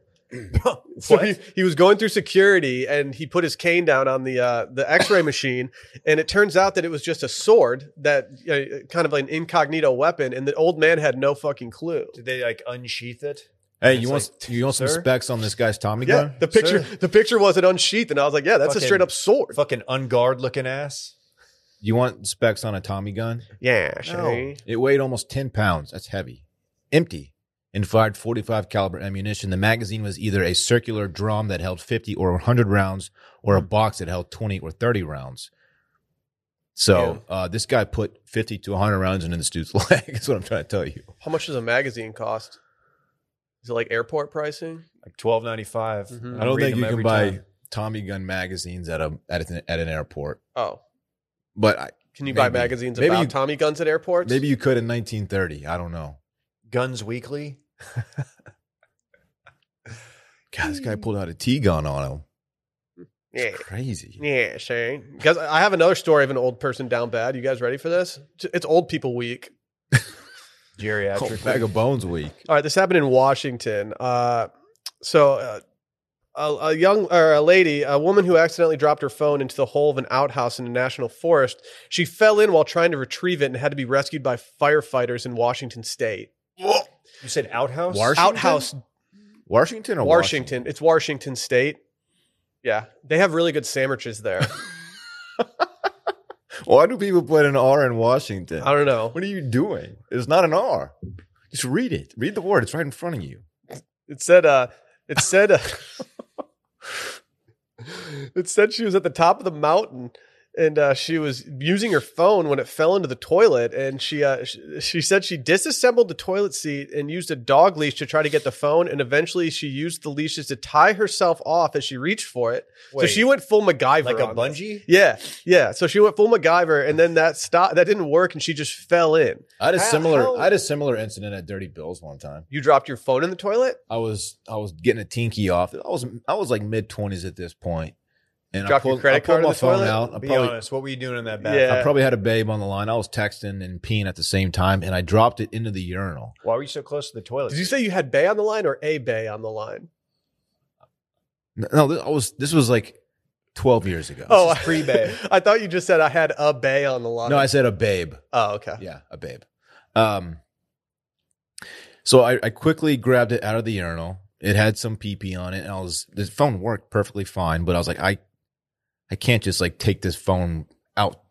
Speaker 1: so he, he was going through security and he put his cane down on the uh, the x-ray machine and it turns out that it was just a sword that uh, kind of like an incognito weapon and the old man had no fucking clue.
Speaker 2: Did they like unsheath it?
Speaker 3: Hey,
Speaker 2: It's
Speaker 3: you want
Speaker 2: like,
Speaker 3: you want some
Speaker 2: sir?
Speaker 3: specs on this guy's Tommy
Speaker 1: Yeah,
Speaker 3: gun?
Speaker 1: the picture
Speaker 2: Sir.
Speaker 1: the picture wasn't unsheathed and I was like, yeah, that's a
Speaker 2: Fucking-
Speaker 1: straight up sword.
Speaker 2: Fucking unguard looking ass.
Speaker 3: You want specs on a Tommy gun?
Speaker 1: Yeah,
Speaker 2: Shay.
Speaker 3: It weighed almost 10 pounds. That's heavy. Empty. And fired 45 caliber ammunition. The magazine was either a circular drum that held 50 or 100 rounds or a box that held 20 or 30 rounds. So uh, this guy put 50 to 100 rounds into this dude's <laughs> leg. That's what I'm trying to tell you.
Speaker 1: How much does a magazine cost? Is it like airport pricing?
Speaker 2: Like twelve ninety five.
Speaker 1: Mhm.
Speaker 3: I don't think you can buy Tommy gun magazines at a at an, at an airport.
Speaker 1: Oh,
Speaker 3: But I,
Speaker 1: can you buy
Speaker 3: Maybe.
Speaker 1: magazines
Speaker 3: Maybe
Speaker 1: about
Speaker 3: you-
Speaker 1: Tommy guns at airports?
Speaker 3: maybe you could in 1930. I don't know.
Speaker 2: Guns Weekly.
Speaker 3: God, this guy pulled out a T gun on him.
Speaker 1: yeah.
Speaker 3: Crazy.
Speaker 1: Yeah, Shane. Because I have another story of an old person down bad. You guys ready for this? It's old people week.
Speaker 3: Oh,
Speaker 2: Geriatric.
Speaker 3: bag of bones week.
Speaker 1: All right, this happened in Washington. Uh, so, uh, a, a young or a lady, a woman who accidentally dropped her phone into the hole of an outhouse in a national forest, she fell in while trying to retrieve it and had to be rescued by firefighters in Washington State.
Speaker 2: you said outhouse?
Speaker 3: Wash-
Speaker 1: Outhouse,
Speaker 3: Washington or
Speaker 1: Washington. It's Washington State. Yeah, they have really good sandwiches there.
Speaker 3: Why do people put an R in Washington?
Speaker 1: I don't know.
Speaker 3: What are you doing? It's not an R. Just read it. Read the word. It's right in front of you.
Speaker 1: It said uh
Speaker 2: <laughs>
Speaker 1: it said uh, it said she was at the top of the mountain and uh, she was using her phone when it fell into the toilet and she, uh, she she said she disassembled the toilet seat and used a dog leash to try to get the phone and eventually she used the leashes to tie herself off as she reached for it. so
Speaker 2: Wait,
Speaker 1: she went full MacGyver
Speaker 2: like a
Speaker 1: on this.
Speaker 2: bungee.
Speaker 1: Yeah, yeah. So she went full MacGyver, and then that stop that didn't work, and she just fell in.
Speaker 3: I had a
Speaker 2: How-
Speaker 3: similar.
Speaker 2: how-
Speaker 3: I had a similar incident at Dirty Bills one time.
Speaker 1: You dropped your phone in the toilet.
Speaker 3: I was I was getting a tinky off. I was I was like mid twenties at this point, and I
Speaker 1: Dropped your
Speaker 3: pulled,
Speaker 1: credit
Speaker 3: I pulled
Speaker 1: card in
Speaker 3: my
Speaker 1: the
Speaker 3: phone
Speaker 1: toilet?
Speaker 3: out. I
Speaker 2: Be
Speaker 3: probably
Speaker 2: honest. What were you doing in that
Speaker 1: Yeah.
Speaker 2: bathroom?
Speaker 3: I probably had a babe on the line. I was texting and peeing at the same time, and I dropped it into the urinal.
Speaker 2: Why were you so close to the toilet?
Speaker 1: Did you say you had Bay on the line or a Bay on the line?
Speaker 3: No, this, I was. This was like twelve years ago.
Speaker 1: Oh, <laughs>
Speaker 2: is pre-bay.
Speaker 1: I thought you just said I had a bay on the line.
Speaker 3: no, I said a babe.
Speaker 1: oh, okay.
Speaker 3: yeah, a babe. Um, so I, I quickly grabbed it out of the urinal. It had some pee pee on it, and I was the phone worked perfectly fine, but I was like, I, I can't just like take this phone out,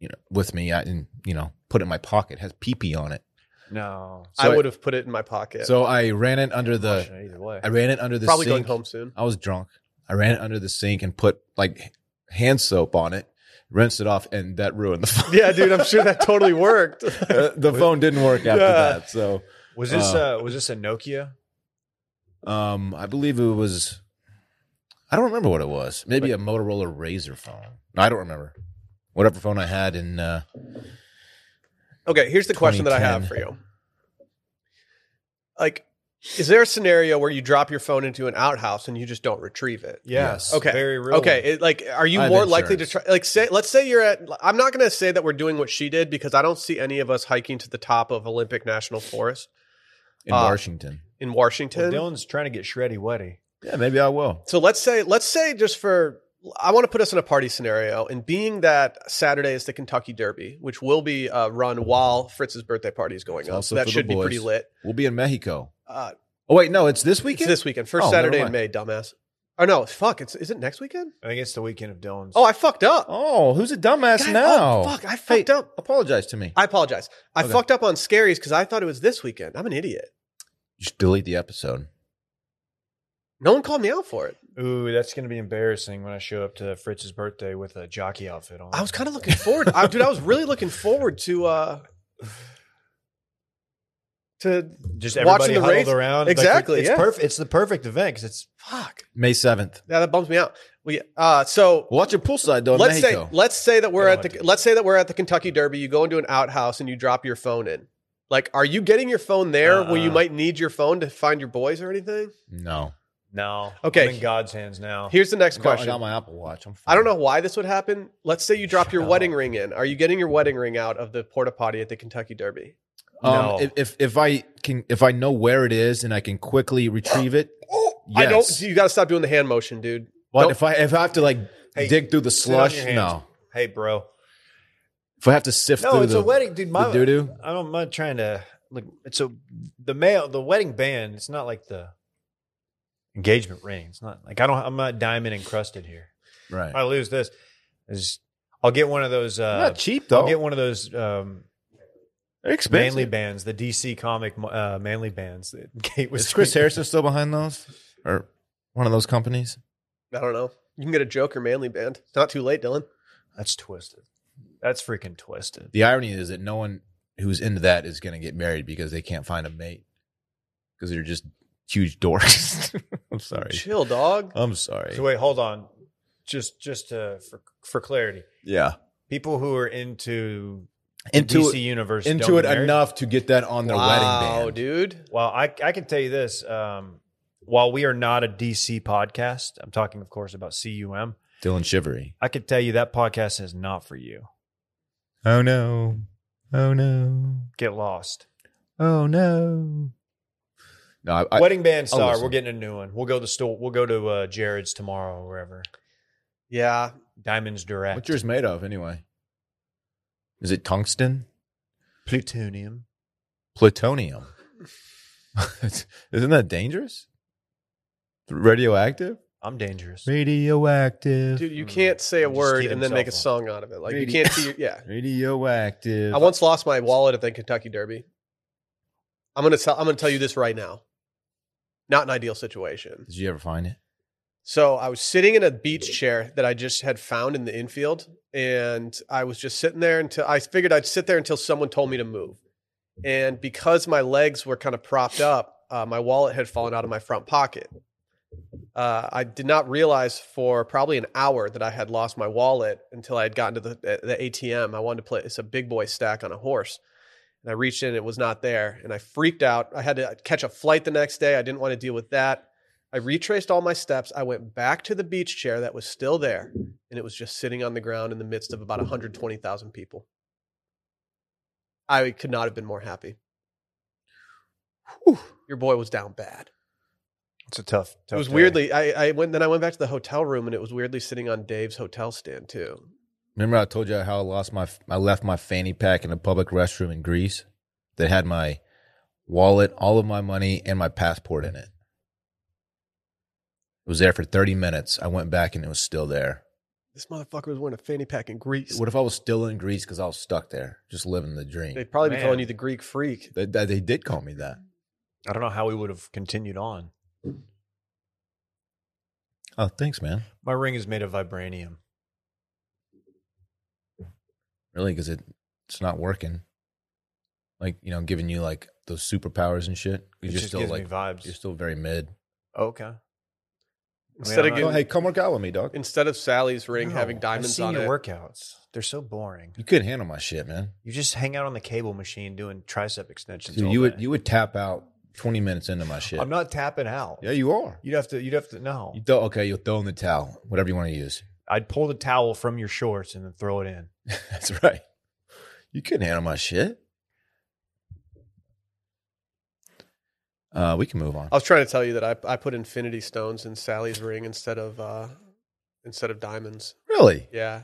Speaker 3: you know, with me I- and you know put it in my pocket. It has pee pee on it,
Speaker 2: no.
Speaker 1: I
Speaker 3: So-
Speaker 1: would have put it in my pocket.
Speaker 3: so I ran it under
Speaker 2: Gosh,
Speaker 3: the,
Speaker 2: either way.
Speaker 3: I ran it under the
Speaker 1: probably
Speaker 3: sink.
Speaker 1: going home
Speaker 3: <laughs>
Speaker 1: soon.
Speaker 3: I was drunk. I ran it under the sink and put like hand soap on it, rinsed it off, and
Speaker 1: <laughs>
Speaker 3: that ruined the <laughs> phone.
Speaker 1: Yeah, dude, <laughs> I'm sure that totally worked.
Speaker 3: the phone didn't work after
Speaker 1: Yeah.
Speaker 3: that, so.
Speaker 2: <laughs> was this
Speaker 3: Uh,
Speaker 2: uh, was this a Nokia?
Speaker 3: Um, I believe it was. I don't remember what it was. Maybe a Motorola Razor phone. No, I don't remember. Whatever phone I had, and uh,
Speaker 1: Okay, here's the question that I have for
Speaker 3: 2010.
Speaker 1: you. Like, is there a scenario where you drop your phone into an outhouse and you just don't retrieve it?
Speaker 3: Yes.
Speaker 1: Okay.
Speaker 2: Very real.
Speaker 1: Okay, it, like, are you
Speaker 3: I have
Speaker 1: more likely to try?
Speaker 3: insurance.
Speaker 1: Like, say, let's say you're at. I'm not going to say that we're doing what she did because I don't see any of us hiking to the top of Olympic National Forest
Speaker 3: in
Speaker 1: Uh,
Speaker 3: Washington.
Speaker 1: in
Speaker 2: Well,
Speaker 1: Washington.
Speaker 2: Dylan's trying to get shreddy wetty.
Speaker 3: Yeah, maybe I will.
Speaker 1: So let's say let's say just for I want to put us in a party scenario, and being that Saturday is the Kentucky Derby, which will be uh, run while Fritz's birthday party is going
Speaker 3: It's
Speaker 1: on, so
Speaker 3: also
Speaker 1: that
Speaker 3: for the
Speaker 1: should be pretty
Speaker 3: boys.
Speaker 1: lit.
Speaker 3: We'll be in Mexico.
Speaker 1: Uh,
Speaker 3: Oh wait, no, it's this
Speaker 1: it's
Speaker 3: weekend.
Speaker 1: this weekend, first
Speaker 3: Oh, never
Speaker 1: Saturday in
Speaker 3: mind.
Speaker 1: May, dumbass. Or no, fuck, it's is it next weekend?
Speaker 2: I think it's the weekend of Dylan's.
Speaker 1: Oh, I fucked up.
Speaker 3: Oh, who's a dumbass
Speaker 1: God,
Speaker 3: now?
Speaker 1: oh, fuck, I
Speaker 3: Hey,
Speaker 1: fucked up.
Speaker 3: Apologize to me.
Speaker 1: I apologize. I
Speaker 3: Okay.
Speaker 1: fucked up on scaries because I thought it was this weekend. I'm an idiot.
Speaker 3: You should delete the episode.
Speaker 1: No one called me out for it.
Speaker 2: Ooh, that's going to be embarrassing when I show up to Fritz's birthday with a jockey outfit on.
Speaker 1: I was kind of looking forward, I, dude. I was really looking forward to uh <sighs> to
Speaker 2: just
Speaker 1: watching
Speaker 2: everybody
Speaker 1: the
Speaker 2: huddled
Speaker 1: race.
Speaker 2: around. Like,
Speaker 1: Exactly,
Speaker 2: it's
Speaker 1: yeah.
Speaker 2: perfect. It's the perfect event because it's
Speaker 1: fuck.
Speaker 3: May seventh.
Speaker 1: Yeah, that bums me out. We uh, so
Speaker 3: Watch it poolside though. In
Speaker 1: let's say
Speaker 3: Mexico.
Speaker 1: let's say that we're
Speaker 2: They
Speaker 1: at
Speaker 2: don't
Speaker 1: the
Speaker 2: like to-
Speaker 1: let's say that we're at the Kentucky Derby. You go into an outhouse and you drop your phone in. Like, are you getting your phone there when you
Speaker 2: Uh-uh.
Speaker 1: might need your phone to find your boys or anything?
Speaker 3: no.
Speaker 2: No.
Speaker 1: Okay.
Speaker 2: I'm in God's hands now.
Speaker 1: Here's the next
Speaker 3: Oh, I got- I
Speaker 1: question.
Speaker 3: got my Apple Watch. I'm
Speaker 1: I don't know
Speaker 3: fine.
Speaker 1: why this would happen. Let's say you drop your
Speaker 3: Shut
Speaker 1: wedding
Speaker 3: up.
Speaker 1: ring in. Are you getting your wedding ring out of the porta potty at the Kentucky Derby?
Speaker 3: Um,
Speaker 2: No.
Speaker 3: if, if if I can, if I know where it is and I can quickly retrieve it,
Speaker 1: Oh,
Speaker 3: yes.
Speaker 1: I don't. You got to stop doing the hand motion, dude.
Speaker 3: But
Speaker 1: Nope.
Speaker 3: if I if I have to like
Speaker 2: Hey,
Speaker 3: dig through the
Speaker 2: sit on
Speaker 3: slush,
Speaker 2: your hands.
Speaker 3: no.
Speaker 2: Hey, bro.
Speaker 3: If I have to sift
Speaker 2: No,
Speaker 3: through
Speaker 2: it's
Speaker 3: the,
Speaker 2: a wedding, dude. My,
Speaker 3: the doo-doo?
Speaker 2: I don't, I'm not trying to look. It's a the male, the wedding band. It's not like the engagement ring. It's not like I don't. I'm not diamond encrusted here.
Speaker 3: right?
Speaker 2: If I lose this. Is I'll get one of those. Uh,
Speaker 3: not cheap
Speaker 2: I'll
Speaker 3: though.
Speaker 2: get one of those um,
Speaker 3: They're expensive.
Speaker 2: manly bands, the DC comic uh, manly bands. That <laughs> Kate was
Speaker 3: Is Chris Harrison still behind those or one of those companies?
Speaker 1: I don't know. You can get a Joker Manly band. It's not too late, Dylan.
Speaker 2: That's twisted. That's freaking twisted.
Speaker 3: The irony is that no one who's into that is going to get married because they can't find a mate because they're just huge dorks. <laughs> I'm sorry.
Speaker 1: Chill, dog.
Speaker 3: I'm sorry.
Speaker 2: So wait, hold on. Just just to, for for clarity,
Speaker 3: yeah,
Speaker 2: people who are into
Speaker 3: into
Speaker 2: DC universe don't
Speaker 3: into it
Speaker 2: get married?
Speaker 3: enough to get that on their
Speaker 1: wow,
Speaker 3: wedding band.
Speaker 1: dude.
Speaker 2: Well, I I can tell you this. Um, while we are not a DC podcast, I'm talking, of course, about CUM.
Speaker 3: Dylan Shivery.
Speaker 2: I could tell you that podcast is not for you.
Speaker 3: Oh no. Oh no.
Speaker 2: Get lost.
Speaker 3: Oh no. No, I, I,
Speaker 2: Wedding band
Speaker 3: I'll
Speaker 2: star.
Speaker 3: listen.
Speaker 2: We're getting a new one. We'll go to store. We'll go to uh, Jared's tomorrow, or wherever.
Speaker 1: Yeah.
Speaker 2: Diamonds Direct.
Speaker 3: what's yours made of anyway? Is it tungsten?
Speaker 2: Plutonium.
Speaker 3: Plutonium. <laughs> Isn't that dangerous? Radioactive?
Speaker 2: I'm dangerous.
Speaker 3: Radioactive.
Speaker 1: Dude, you can't say a
Speaker 2: Just
Speaker 1: word
Speaker 2: keep
Speaker 1: and then make a
Speaker 2: himself
Speaker 1: song out of it. Like you
Speaker 3: Maybe.
Speaker 1: can't see. Your,
Speaker 2: <laughs>
Speaker 1: yeah.
Speaker 3: Radioactive.
Speaker 1: I once lost my wallet at the Kentucky Derby. I'm gonna tell. I'm gonna tell you this right now. Not an ideal situation.
Speaker 3: Did you ever find it?
Speaker 1: So I was sitting in a beach chair that I just had found in the infield, and I was just sitting there until I figured I'd sit there until someone told me to move. And because my legs were kind of propped up, uh, my wallet had fallen out of my front pocket. Uh, I did not realize for probably an hour that I had lost my wallet until I had gotten to the, the ATM. I wanted to place a big boy stack on a horse. And I reached in, it was not there. And I freaked out. I had to catch a flight the next day. I didn't want to deal with that. I retraced all my steps. I went back to the beach chair that was still there, and it was just sitting on the ground in the midst of about 120,000 people. I could not have been more happy. Your boy was down bad.
Speaker 2: It's a tough. tough
Speaker 1: it was
Speaker 2: day.
Speaker 1: weirdly. I, I went then I went back to the hotel room, and it was weirdly sitting on Dave's hotel stand too.
Speaker 3: Remember I told you how I lost my I left my fanny pack in a public restroom in Greece that had my wallet, all of my money, and my passport in it. It was there for 30 minutes. I went back and it was still there.
Speaker 1: This motherfucker was wearing a fanny pack in Greece.
Speaker 3: What if I was still in Greece because I was stuck there, just living the dream?
Speaker 1: They'd probably be
Speaker 2: Man.
Speaker 1: calling you the Greek freak.
Speaker 3: They, they, they did call me that.
Speaker 2: I don't know how we would have continued on.
Speaker 3: Oh, thanks, man.
Speaker 2: My ring is made of vibranium.
Speaker 3: Really, because it it's not working. Like you know, giving you like those superpowers and shit. 'Cause
Speaker 2: It
Speaker 3: You're
Speaker 2: just
Speaker 3: still
Speaker 2: gives
Speaker 3: like
Speaker 2: me vibes.
Speaker 3: you're still very mid.
Speaker 2: okay.
Speaker 1: Instead
Speaker 2: I'm
Speaker 1: of
Speaker 2: not-
Speaker 1: getting,
Speaker 2: Go
Speaker 3: Oh, come work out with me, dog.
Speaker 1: instead of Sally's ring
Speaker 2: No,
Speaker 1: having
Speaker 2: I've
Speaker 1: diamonds
Speaker 2: seen
Speaker 1: on
Speaker 2: your
Speaker 1: it,
Speaker 2: workouts. They're so boring.
Speaker 3: You couldn't handle my shit, man.
Speaker 2: You just hang out on the cable machine doing tricep extensions.
Speaker 3: Dude,
Speaker 2: all
Speaker 3: you would
Speaker 2: day.
Speaker 3: you would tap out twenty minutes into my shit.
Speaker 2: I'm not tapping out.
Speaker 3: yeah, you are.
Speaker 2: You'd have to. You'd have to. No.
Speaker 3: You throw okay, you'll throw in the towel, whatever you want to use. <laughs>
Speaker 2: I'd pull the towel from your shorts and then throw it in.
Speaker 3: That's right. You couldn't handle my shit. Uh, we can move on.
Speaker 1: I was trying to tell you that I, I put infinity stones in Sally's ring instead of uh, instead of diamonds.
Speaker 3: Really?
Speaker 1: Yeah,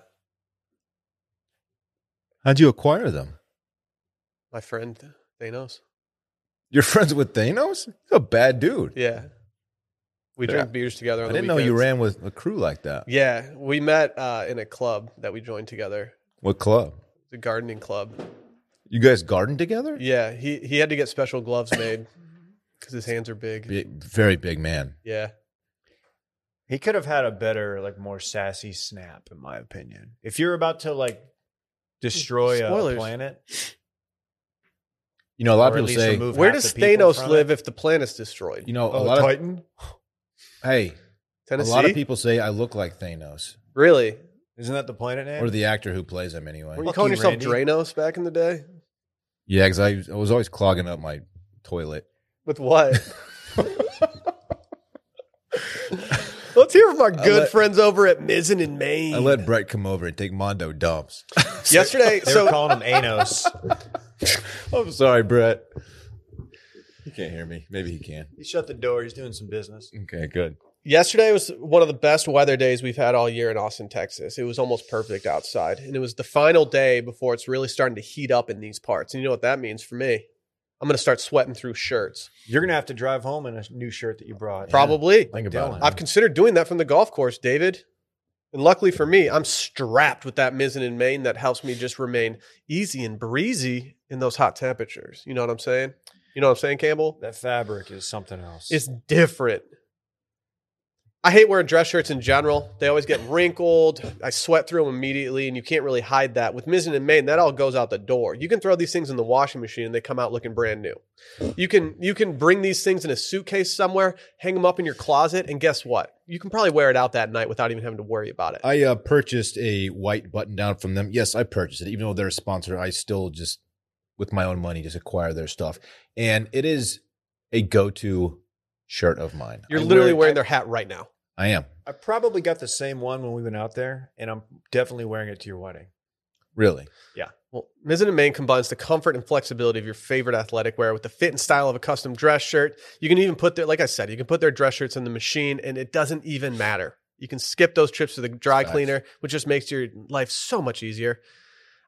Speaker 3: How'd you acquire them?
Speaker 1: my friend Thanos.
Speaker 3: You're friends with Thanos? He's a bad dude.
Speaker 1: Yeah, we
Speaker 3: Yeah.
Speaker 1: drink beers together.
Speaker 3: I
Speaker 1: On the
Speaker 3: didn't know you
Speaker 1: weekends.
Speaker 3: ran with a crew like that.
Speaker 1: Yeah, we met uh, in a club that we joined together,
Speaker 3: What club?
Speaker 1: the gardening club.
Speaker 3: You guys garden together?
Speaker 1: Yeah, he he had to get special gloves made because his hands are big.
Speaker 3: Big- very big man.
Speaker 1: Yeah,
Speaker 2: He could have had a better, like, more sassy snap, in my opinion. If you're about to like destroy
Speaker 1: Spoilers.
Speaker 2: a planet,
Speaker 3: You know, a lot
Speaker 2: or at
Speaker 3: of
Speaker 2: least
Speaker 3: people say,
Speaker 2: remove
Speaker 1: where
Speaker 2: half
Speaker 1: does
Speaker 2: the people
Speaker 1: Thanos
Speaker 2: from it-
Speaker 1: live if the planet's destroyed?
Speaker 3: you know, a
Speaker 2: Oh,
Speaker 3: lot of
Speaker 2: Titan
Speaker 3: hey,
Speaker 1: Tennessee.
Speaker 3: a lot of people say I look like Thanos
Speaker 1: really.
Speaker 2: isn't that the planet name?
Speaker 3: or the actor who plays him anyway.
Speaker 1: Were you
Speaker 2: Fuck
Speaker 1: calling
Speaker 2: you,
Speaker 1: yourself
Speaker 2: Randy.
Speaker 1: Dranos back in the day?
Speaker 3: Yeah, because I, I was always <laughs> clogging up my toilet.
Speaker 1: With what? Let's hear from our good
Speaker 3: let-
Speaker 1: friends over at Mizzen and
Speaker 3: I
Speaker 1: Maine.
Speaker 3: let Brett come over and take Mondo dumps.
Speaker 1: <laughs> Yesterday,
Speaker 2: They
Speaker 1: so
Speaker 2: were calling him Anos. <laughs>
Speaker 3: I'm sorry, Brett. He can't hear me. Maybe he can.
Speaker 2: he shut the door. He's doing some business.
Speaker 3: Okay, good.
Speaker 1: Yesterday was one of the best weather days we've had all year in Austin, Texas. It was almost perfect outside, and it was the final day before it's really starting to heat up in these parts. And you know what that means for me? I'm going to start sweating through shirts.
Speaker 2: You're gonna have to drive home in a new shirt that you brought.
Speaker 1: Probably.
Speaker 3: Think about it.
Speaker 1: I've considered doing that from the golf course, David. And luckily for me, I'm strapped with that mizzen and main that helps me just remain easy and breezy in those hot temperatures. You know what I'm saying? You know what I'm saying, Campbell?
Speaker 2: That fabric is something else.
Speaker 1: It's different. I hate wearing dress shirts in general. They always get wrinkled. I sweat through them immediately, and you can't really hide that. With Mizzen and Maine, that all goes out the door. You can throw these things in the washing machine, and they come out looking brand new. You can you can bring these things in a suitcase somewhere, hang them up in your closet, and guess what? You can probably wear it out that night without even having to worry about it.
Speaker 3: I uh, purchased a white button down from them. Yes, I purchased it. Even though they're a sponsor, I still just, with my own money, just acquire their stuff. And it is a go to shirt of mine.
Speaker 1: You're
Speaker 3: I
Speaker 1: literally
Speaker 3: wear it-
Speaker 1: wearing their hat right now.
Speaker 3: I am.
Speaker 2: I probably got the same one when we went out there, and I'm definitely wearing it to your wedding.
Speaker 3: Really.
Speaker 1: Well, Mizzen and Main combines the comfort and flexibility of your favorite athletic wear with the fit and style of a custom dress shirt. You can even put their, like I said, you can put their dress shirts in the machine and it doesn't even matter. You can skip those trips to the dry
Speaker 3: Facts.
Speaker 1: cleaner, which just makes your life so much easier.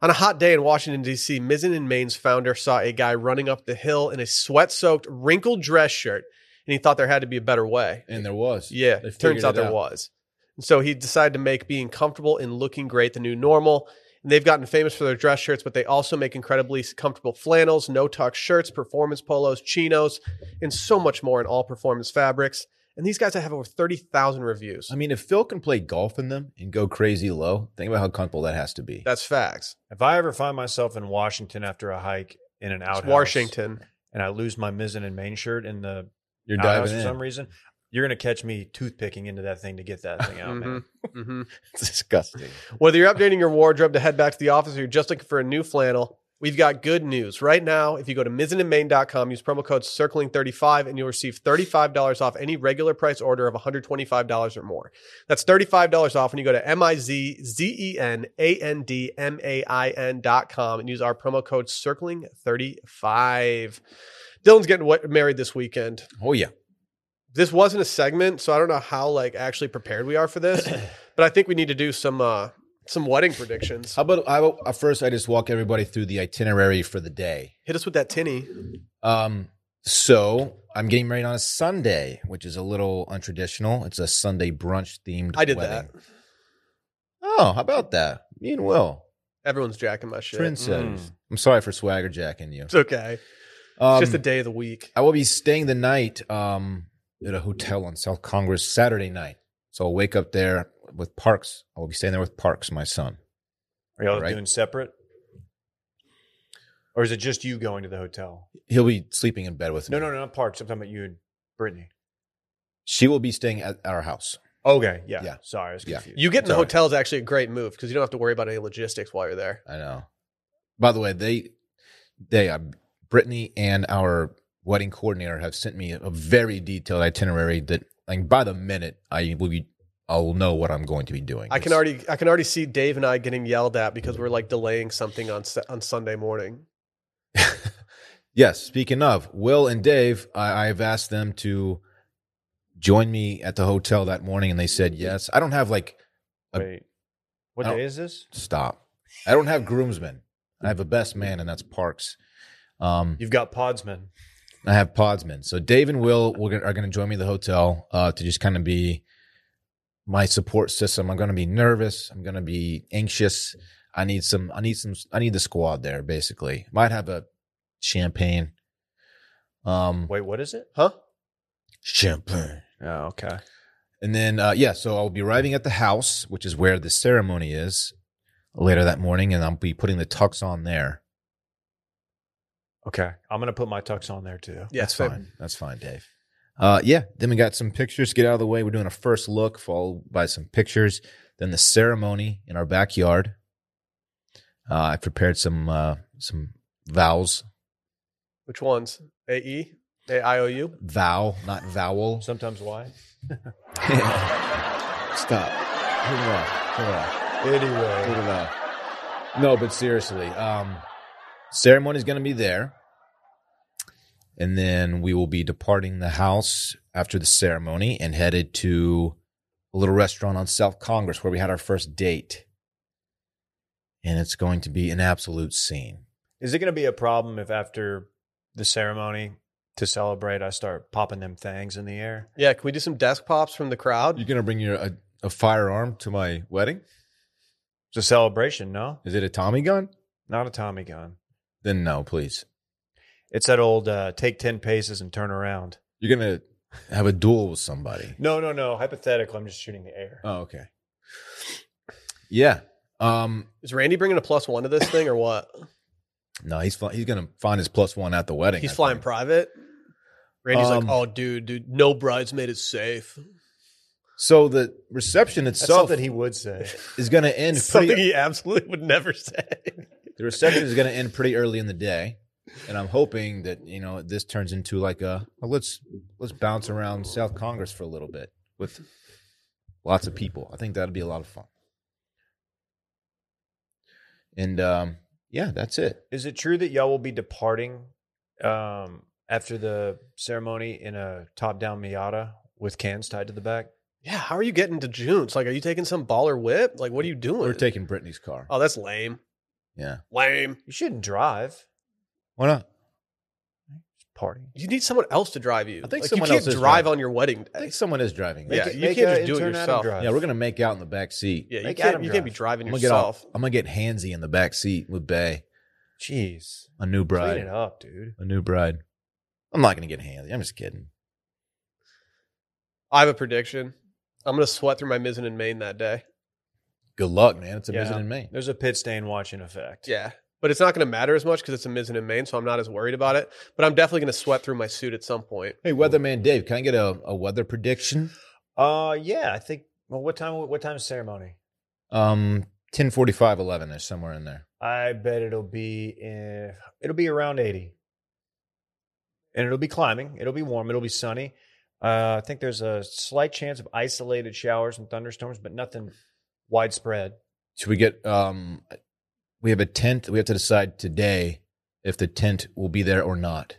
Speaker 1: On a hot day in Washington, D.C., Mizzen and Main's founder saw a guy running up the hill in a sweat soaked, wrinkled dress shirt, and he thought there had to be a better way.
Speaker 3: And there was.
Speaker 1: Yeah,
Speaker 3: They figured
Speaker 1: turns out
Speaker 3: it
Speaker 1: there was. And so he decided to make being comfortable and looking great the new normal. And they've gotten famous for their dress shirts, but they also make incredibly comfortable flannels, no tuck shirts, performance polos, chinos, and so much more in all performance fabrics. And these guys have over 30,000 reviews.
Speaker 3: I mean, if Phil can play golf in them and go crazy low, think about how comfortable that has to be.
Speaker 1: That's facts.
Speaker 2: If I ever find myself in Washington after a hike in an
Speaker 1: It's
Speaker 2: outhouse,
Speaker 1: Washington.
Speaker 2: and I lose my mizzen and main shirt in the
Speaker 3: You're
Speaker 2: outhouse
Speaker 3: diving
Speaker 2: for
Speaker 3: in.
Speaker 2: some reason, you're gonna catch me toothpicking into that thing to get that thing out. man.
Speaker 3: Mm-hmm.
Speaker 1: Mhm, mhm.
Speaker 3: <laughs> It's disgusting.
Speaker 1: Whether you're updating your wardrobe to head back to the office or you're just looking for a new flannel, we've got good news. Right now, if you go to mizzenandmain.com, use promo code circling35 and you'll receive $35 off any regular price order of $125 or more. That's $35 off when you go to M I Z Z E N A N D M A I N.com and use our promo code circling35. Dylan's getting wa- married this weekend
Speaker 3: Oh, yeah.
Speaker 1: this wasn't a segment, so I don't know how like actually prepared we are for
Speaker 3: <coughs>
Speaker 1: this, but I think we need to do some uh some wedding predictions.
Speaker 3: How about I, will- uh, first, I just walk everybody through the itinerary for the day.
Speaker 1: Hit us with that tinny.
Speaker 3: Um, so I'm getting married on a Sunday, which is a little untraditional. It's a Sunday brunch themed.
Speaker 1: I did
Speaker 3: wedding.
Speaker 1: that.
Speaker 3: Oh, how about that? Me and Will,
Speaker 1: Everyone's jacking my shit.
Speaker 3: trendsetters.
Speaker 2: Mm.
Speaker 3: I'm sorry for swagger jacking you.
Speaker 1: It's okay.
Speaker 3: Um,
Speaker 1: It's just a day of the week.
Speaker 3: I will be staying the night um, at a hotel on South Congress Saturday night. So I'll wake up there with Parks. I will be staying there with Parks, my son.
Speaker 2: Are y'all all
Speaker 3: Right.
Speaker 2: doing separate, or is it just you going to the hotel?
Speaker 3: He'll be sleeping in bed with
Speaker 2: No,
Speaker 3: me.
Speaker 2: no, no, not Parks. I'm talking about you and Brittany.
Speaker 3: She will be staying at our house.
Speaker 2: Okay, yeah,
Speaker 3: Yeah.
Speaker 2: Sorry, I was
Speaker 3: Yeah.
Speaker 2: confused.
Speaker 1: You getting the
Speaker 3: Sorry.
Speaker 1: hotel is actually a great move because you don't have to worry about any logistics while you're there.
Speaker 3: I know. By the way, they they uh, Brittany and our wedding coordinator have sent me a very detailed itinerary that like by the minute I will be I will know what I'm going to be doing.
Speaker 1: I can
Speaker 3: It's-
Speaker 1: already I can already see Dave and I getting yelled at because we're like delaying something on Su- on Sunday morning.
Speaker 3: <laughs> Yes, speaking of Will and Dave, I, I've asked them to join me at the hotel that morning and they said yes. I don't have like I-
Speaker 2: Wait, what
Speaker 3: I don't-
Speaker 2: day is this?
Speaker 3: stop. I don't have groomsmen. I have a best man and that's Parks. Um
Speaker 2: You've got Podsman.
Speaker 3: I have Podsman. So Dave and Will will are going to join me at the hotel uh, to just kind of be my support system. I'm going to be nervous. I'm going to be anxious. I need some. I need some. I need the squad there. Basically, might have a champagne. Um,
Speaker 2: Wait, what is it?
Speaker 1: Huh?
Speaker 3: champagne.
Speaker 2: Oh, okay.
Speaker 3: And then uh, yeah, so I'll be arriving at the house, which is where the ceremony is later that morning, and I'll be putting the tux on there.
Speaker 2: Okay. I'm going to put my tux on there too.
Speaker 1: Yeah,
Speaker 3: That's
Speaker 1: same.
Speaker 3: fine. That's fine, Dave. Uh, yeah. Then we got some pictures to get out of the way. We're doing a first look, followed by some pictures. Then the ceremony in our backyard. Uh, I prepared some uh, some vows,
Speaker 1: Which ones? A E? A I O U?
Speaker 3: vow, not
Speaker 2: <laughs>
Speaker 3: vowel,
Speaker 2: Sometimes why?
Speaker 3: Stop. Turn it off. Turn it off.
Speaker 2: Anyway.
Speaker 3: Turn it off. No, but seriously, um, ceremony's going to be there, and then we will be departing the house after the ceremony and headed to a little restaurant on South Congress where we had our first date, and it's going to be an absolute scene.
Speaker 2: Is it going to be a problem if after the ceremony to celebrate, I start popping them things in the air?
Speaker 1: Yeah, can we do some desk pops from the crowd?
Speaker 3: You're going to bring your a, a firearm to my wedding?
Speaker 2: It's a celebration, no?
Speaker 3: Is it a Tommy gun?
Speaker 2: Not a Tommy gun.
Speaker 3: Then no, please.
Speaker 2: It's that old uh, take 10 paces and turn around.
Speaker 3: You're going to have a duel with somebody.
Speaker 2: No, no, no. Hypothetical. I'm just shooting the air.
Speaker 3: Oh, okay. Yeah. Um,
Speaker 1: Is Randy bringing a plus one to this thing or what?
Speaker 3: no, he's fly- he's gonna find his plus one at the wedding.
Speaker 1: He's
Speaker 3: I
Speaker 1: flying
Speaker 3: think.
Speaker 1: private. Randy's
Speaker 3: Um,
Speaker 1: like, oh, dude, dude, no bridesmaid is safe.
Speaker 3: So the reception
Speaker 2: That's
Speaker 3: itself
Speaker 2: something he would say.
Speaker 1: <laughs>
Speaker 3: is gonna end.
Speaker 1: Something
Speaker 3: Pretty,
Speaker 1: he absolutely would never say.
Speaker 3: the reception is gonna end pretty early in the day, and I'm hoping that you know this turns into like a well, let's let's bounce around South Congress for a little bit with lots of people. I think that'd be a lot of fun. And um, yeah, that's it.
Speaker 2: Is it true that y'all will be departing um, after the ceremony in a top down Miata with cans tied to the back?
Speaker 1: Yeah, how are you getting to June's? Like, are you taking some baller whip? Like, what are you doing?
Speaker 3: We're taking Brittany's car.
Speaker 1: oh, that's lame.
Speaker 3: Yeah,
Speaker 1: Lame.
Speaker 2: You shouldn't drive.
Speaker 3: why not?
Speaker 2: Just party.
Speaker 1: You need someone else to drive you.
Speaker 3: I think
Speaker 1: Like,
Speaker 3: someone
Speaker 1: you
Speaker 3: else
Speaker 1: can't
Speaker 3: is
Speaker 1: drive
Speaker 3: driving.
Speaker 1: on your wedding
Speaker 3: I
Speaker 1: day.
Speaker 3: think someone is driving.
Speaker 1: Yeah,
Speaker 2: Make it-
Speaker 1: you
Speaker 2: make
Speaker 1: can't
Speaker 2: a
Speaker 1: just do it
Speaker 2: intern Adam
Speaker 1: yourself.
Speaker 2: drive.
Speaker 3: Yeah, we're gonna make out in the back seat.
Speaker 1: Yeah, you
Speaker 2: Make
Speaker 1: can't,
Speaker 2: Adam
Speaker 1: you can't be
Speaker 2: drive.
Speaker 1: driving
Speaker 3: I'm gonna get
Speaker 1: yourself.
Speaker 3: off. I'm gonna get handsy in the back seat with Bay,
Speaker 2: Jeez.
Speaker 3: a new
Speaker 2: Clean it
Speaker 3: bride,
Speaker 2: up, dude.
Speaker 3: a new bride. I'm not gonna get handsy. I'm just kidding.
Speaker 1: I have a prediction. I'm gonna sweat through my mizzen and main that day.
Speaker 3: Good luck, man. It's a
Speaker 2: Yeah.
Speaker 3: visit in Maine.
Speaker 2: There's a pit stain watching effect.
Speaker 1: Yeah, but it's not gonna matter as much because it's a mizzen and main, so I'm not as worried about it. But I'm definitely gonna sweat through my suit at some point.
Speaker 3: Hey, weatherman Dave, can I get a, a weather prediction?
Speaker 2: Uh, yeah. I think. Well, what time? What time is ceremony?
Speaker 3: Um, 10:45, 11 is somewhere in there.
Speaker 2: I bet it'll be in, it'll be around eighty, and it'll be climbing. It'll be warm. It'll be sunny. Uh, I think there's a slight chance of isolated showers and thunderstorms, but nothing widespread.
Speaker 3: Should we get um? We have a tent. We have to decide today if the tent will be there or not.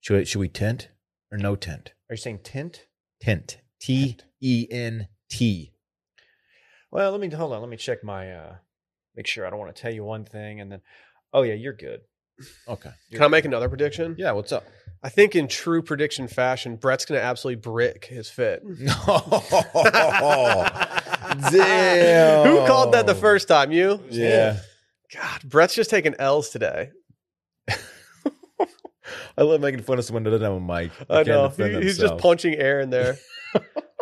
Speaker 3: Should we, should we tent or no tent?
Speaker 2: Are you saying tint?
Speaker 3: Tent. T E N T.
Speaker 2: Well, let me hold on. Let me check my. uh Make sure I don't want to tell you one thing, and then. Oh yeah, you're good.
Speaker 3: Okay.
Speaker 1: Can I make another prediction?
Speaker 3: Yeah. What's <laughs> up?
Speaker 1: I think in true prediction fashion, Brett's gonna absolutely brick his fit.
Speaker 3: Mm-hmm.
Speaker 1: <laughs>
Speaker 3: No. Damn.
Speaker 1: Who called that the first time? You?
Speaker 3: <laughs> Yeah.
Speaker 1: God, Brett's just taking L's today.
Speaker 3: I love making fun of someone that doesn't have a mic.
Speaker 1: I know. He- he's just punching air in there.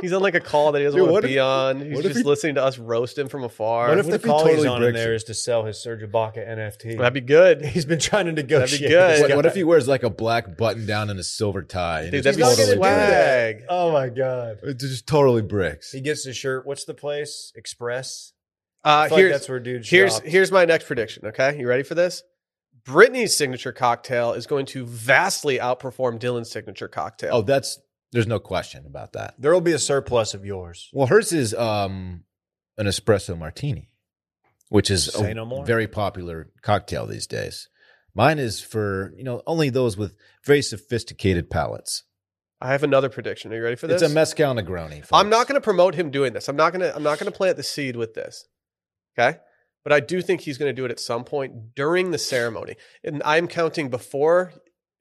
Speaker 1: he's on like a call that he doesn't
Speaker 3: Dude,
Speaker 1: want
Speaker 3: what
Speaker 1: to
Speaker 3: if-
Speaker 1: be on. He's
Speaker 3: what if
Speaker 1: just
Speaker 3: he-
Speaker 1: listening to us roast him from afar.
Speaker 2: What if
Speaker 3: What
Speaker 2: the
Speaker 3: if he
Speaker 2: call he's
Speaker 3: totally
Speaker 2: on in
Speaker 3: bricks
Speaker 2: there
Speaker 3: it?
Speaker 2: is to sell his Serge Ibaka NFT?
Speaker 1: That'd be good.
Speaker 2: <laughs> He's been trying to
Speaker 1: be
Speaker 2: negotiate.
Speaker 1: good.
Speaker 2: this
Speaker 3: What,
Speaker 2: guy.
Speaker 3: what if he wears like a black button down and a silver tie? and
Speaker 1: Dude,
Speaker 3: it's
Speaker 1: that'd be
Speaker 2: not gonna do
Speaker 1: swag.
Speaker 3: bricks?
Speaker 2: Oh my god.
Speaker 3: It's just totally bricks.
Speaker 2: He gets the shirt. What's the place? Express. I
Speaker 1: Uh,
Speaker 2: feel like
Speaker 1: here's
Speaker 2: that's where dudes.
Speaker 1: here's
Speaker 2: shop.
Speaker 1: here's my next prediction. Okay, you ready for this? Brittany's signature cocktail is going to vastly outperform Dylan's signature cocktail.
Speaker 3: Oh, that's there's no question about that.
Speaker 2: There will be a surplus of yours.
Speaker 3: Well, hers is um an espresso martini, which is
Speaker 2: Say
Speaker 3: a
Speaker 2: no more.
Speaker 3: very popular cocktail these days. Mine is for you know only those with very sophisticated palates.
Speaker 1: I have another prediction. Are you ready for this?
Speaker 3: It's a mezcal Negroni.
Speaker 1: I'm not
Speaker 3: folks. <laughs>
Speaker 1: going to promote him doing this. I'm not going to. I'm not going to plant the seed with this. Okay, but I do think he's going to do it at some point during the ceremony, and I'm counting before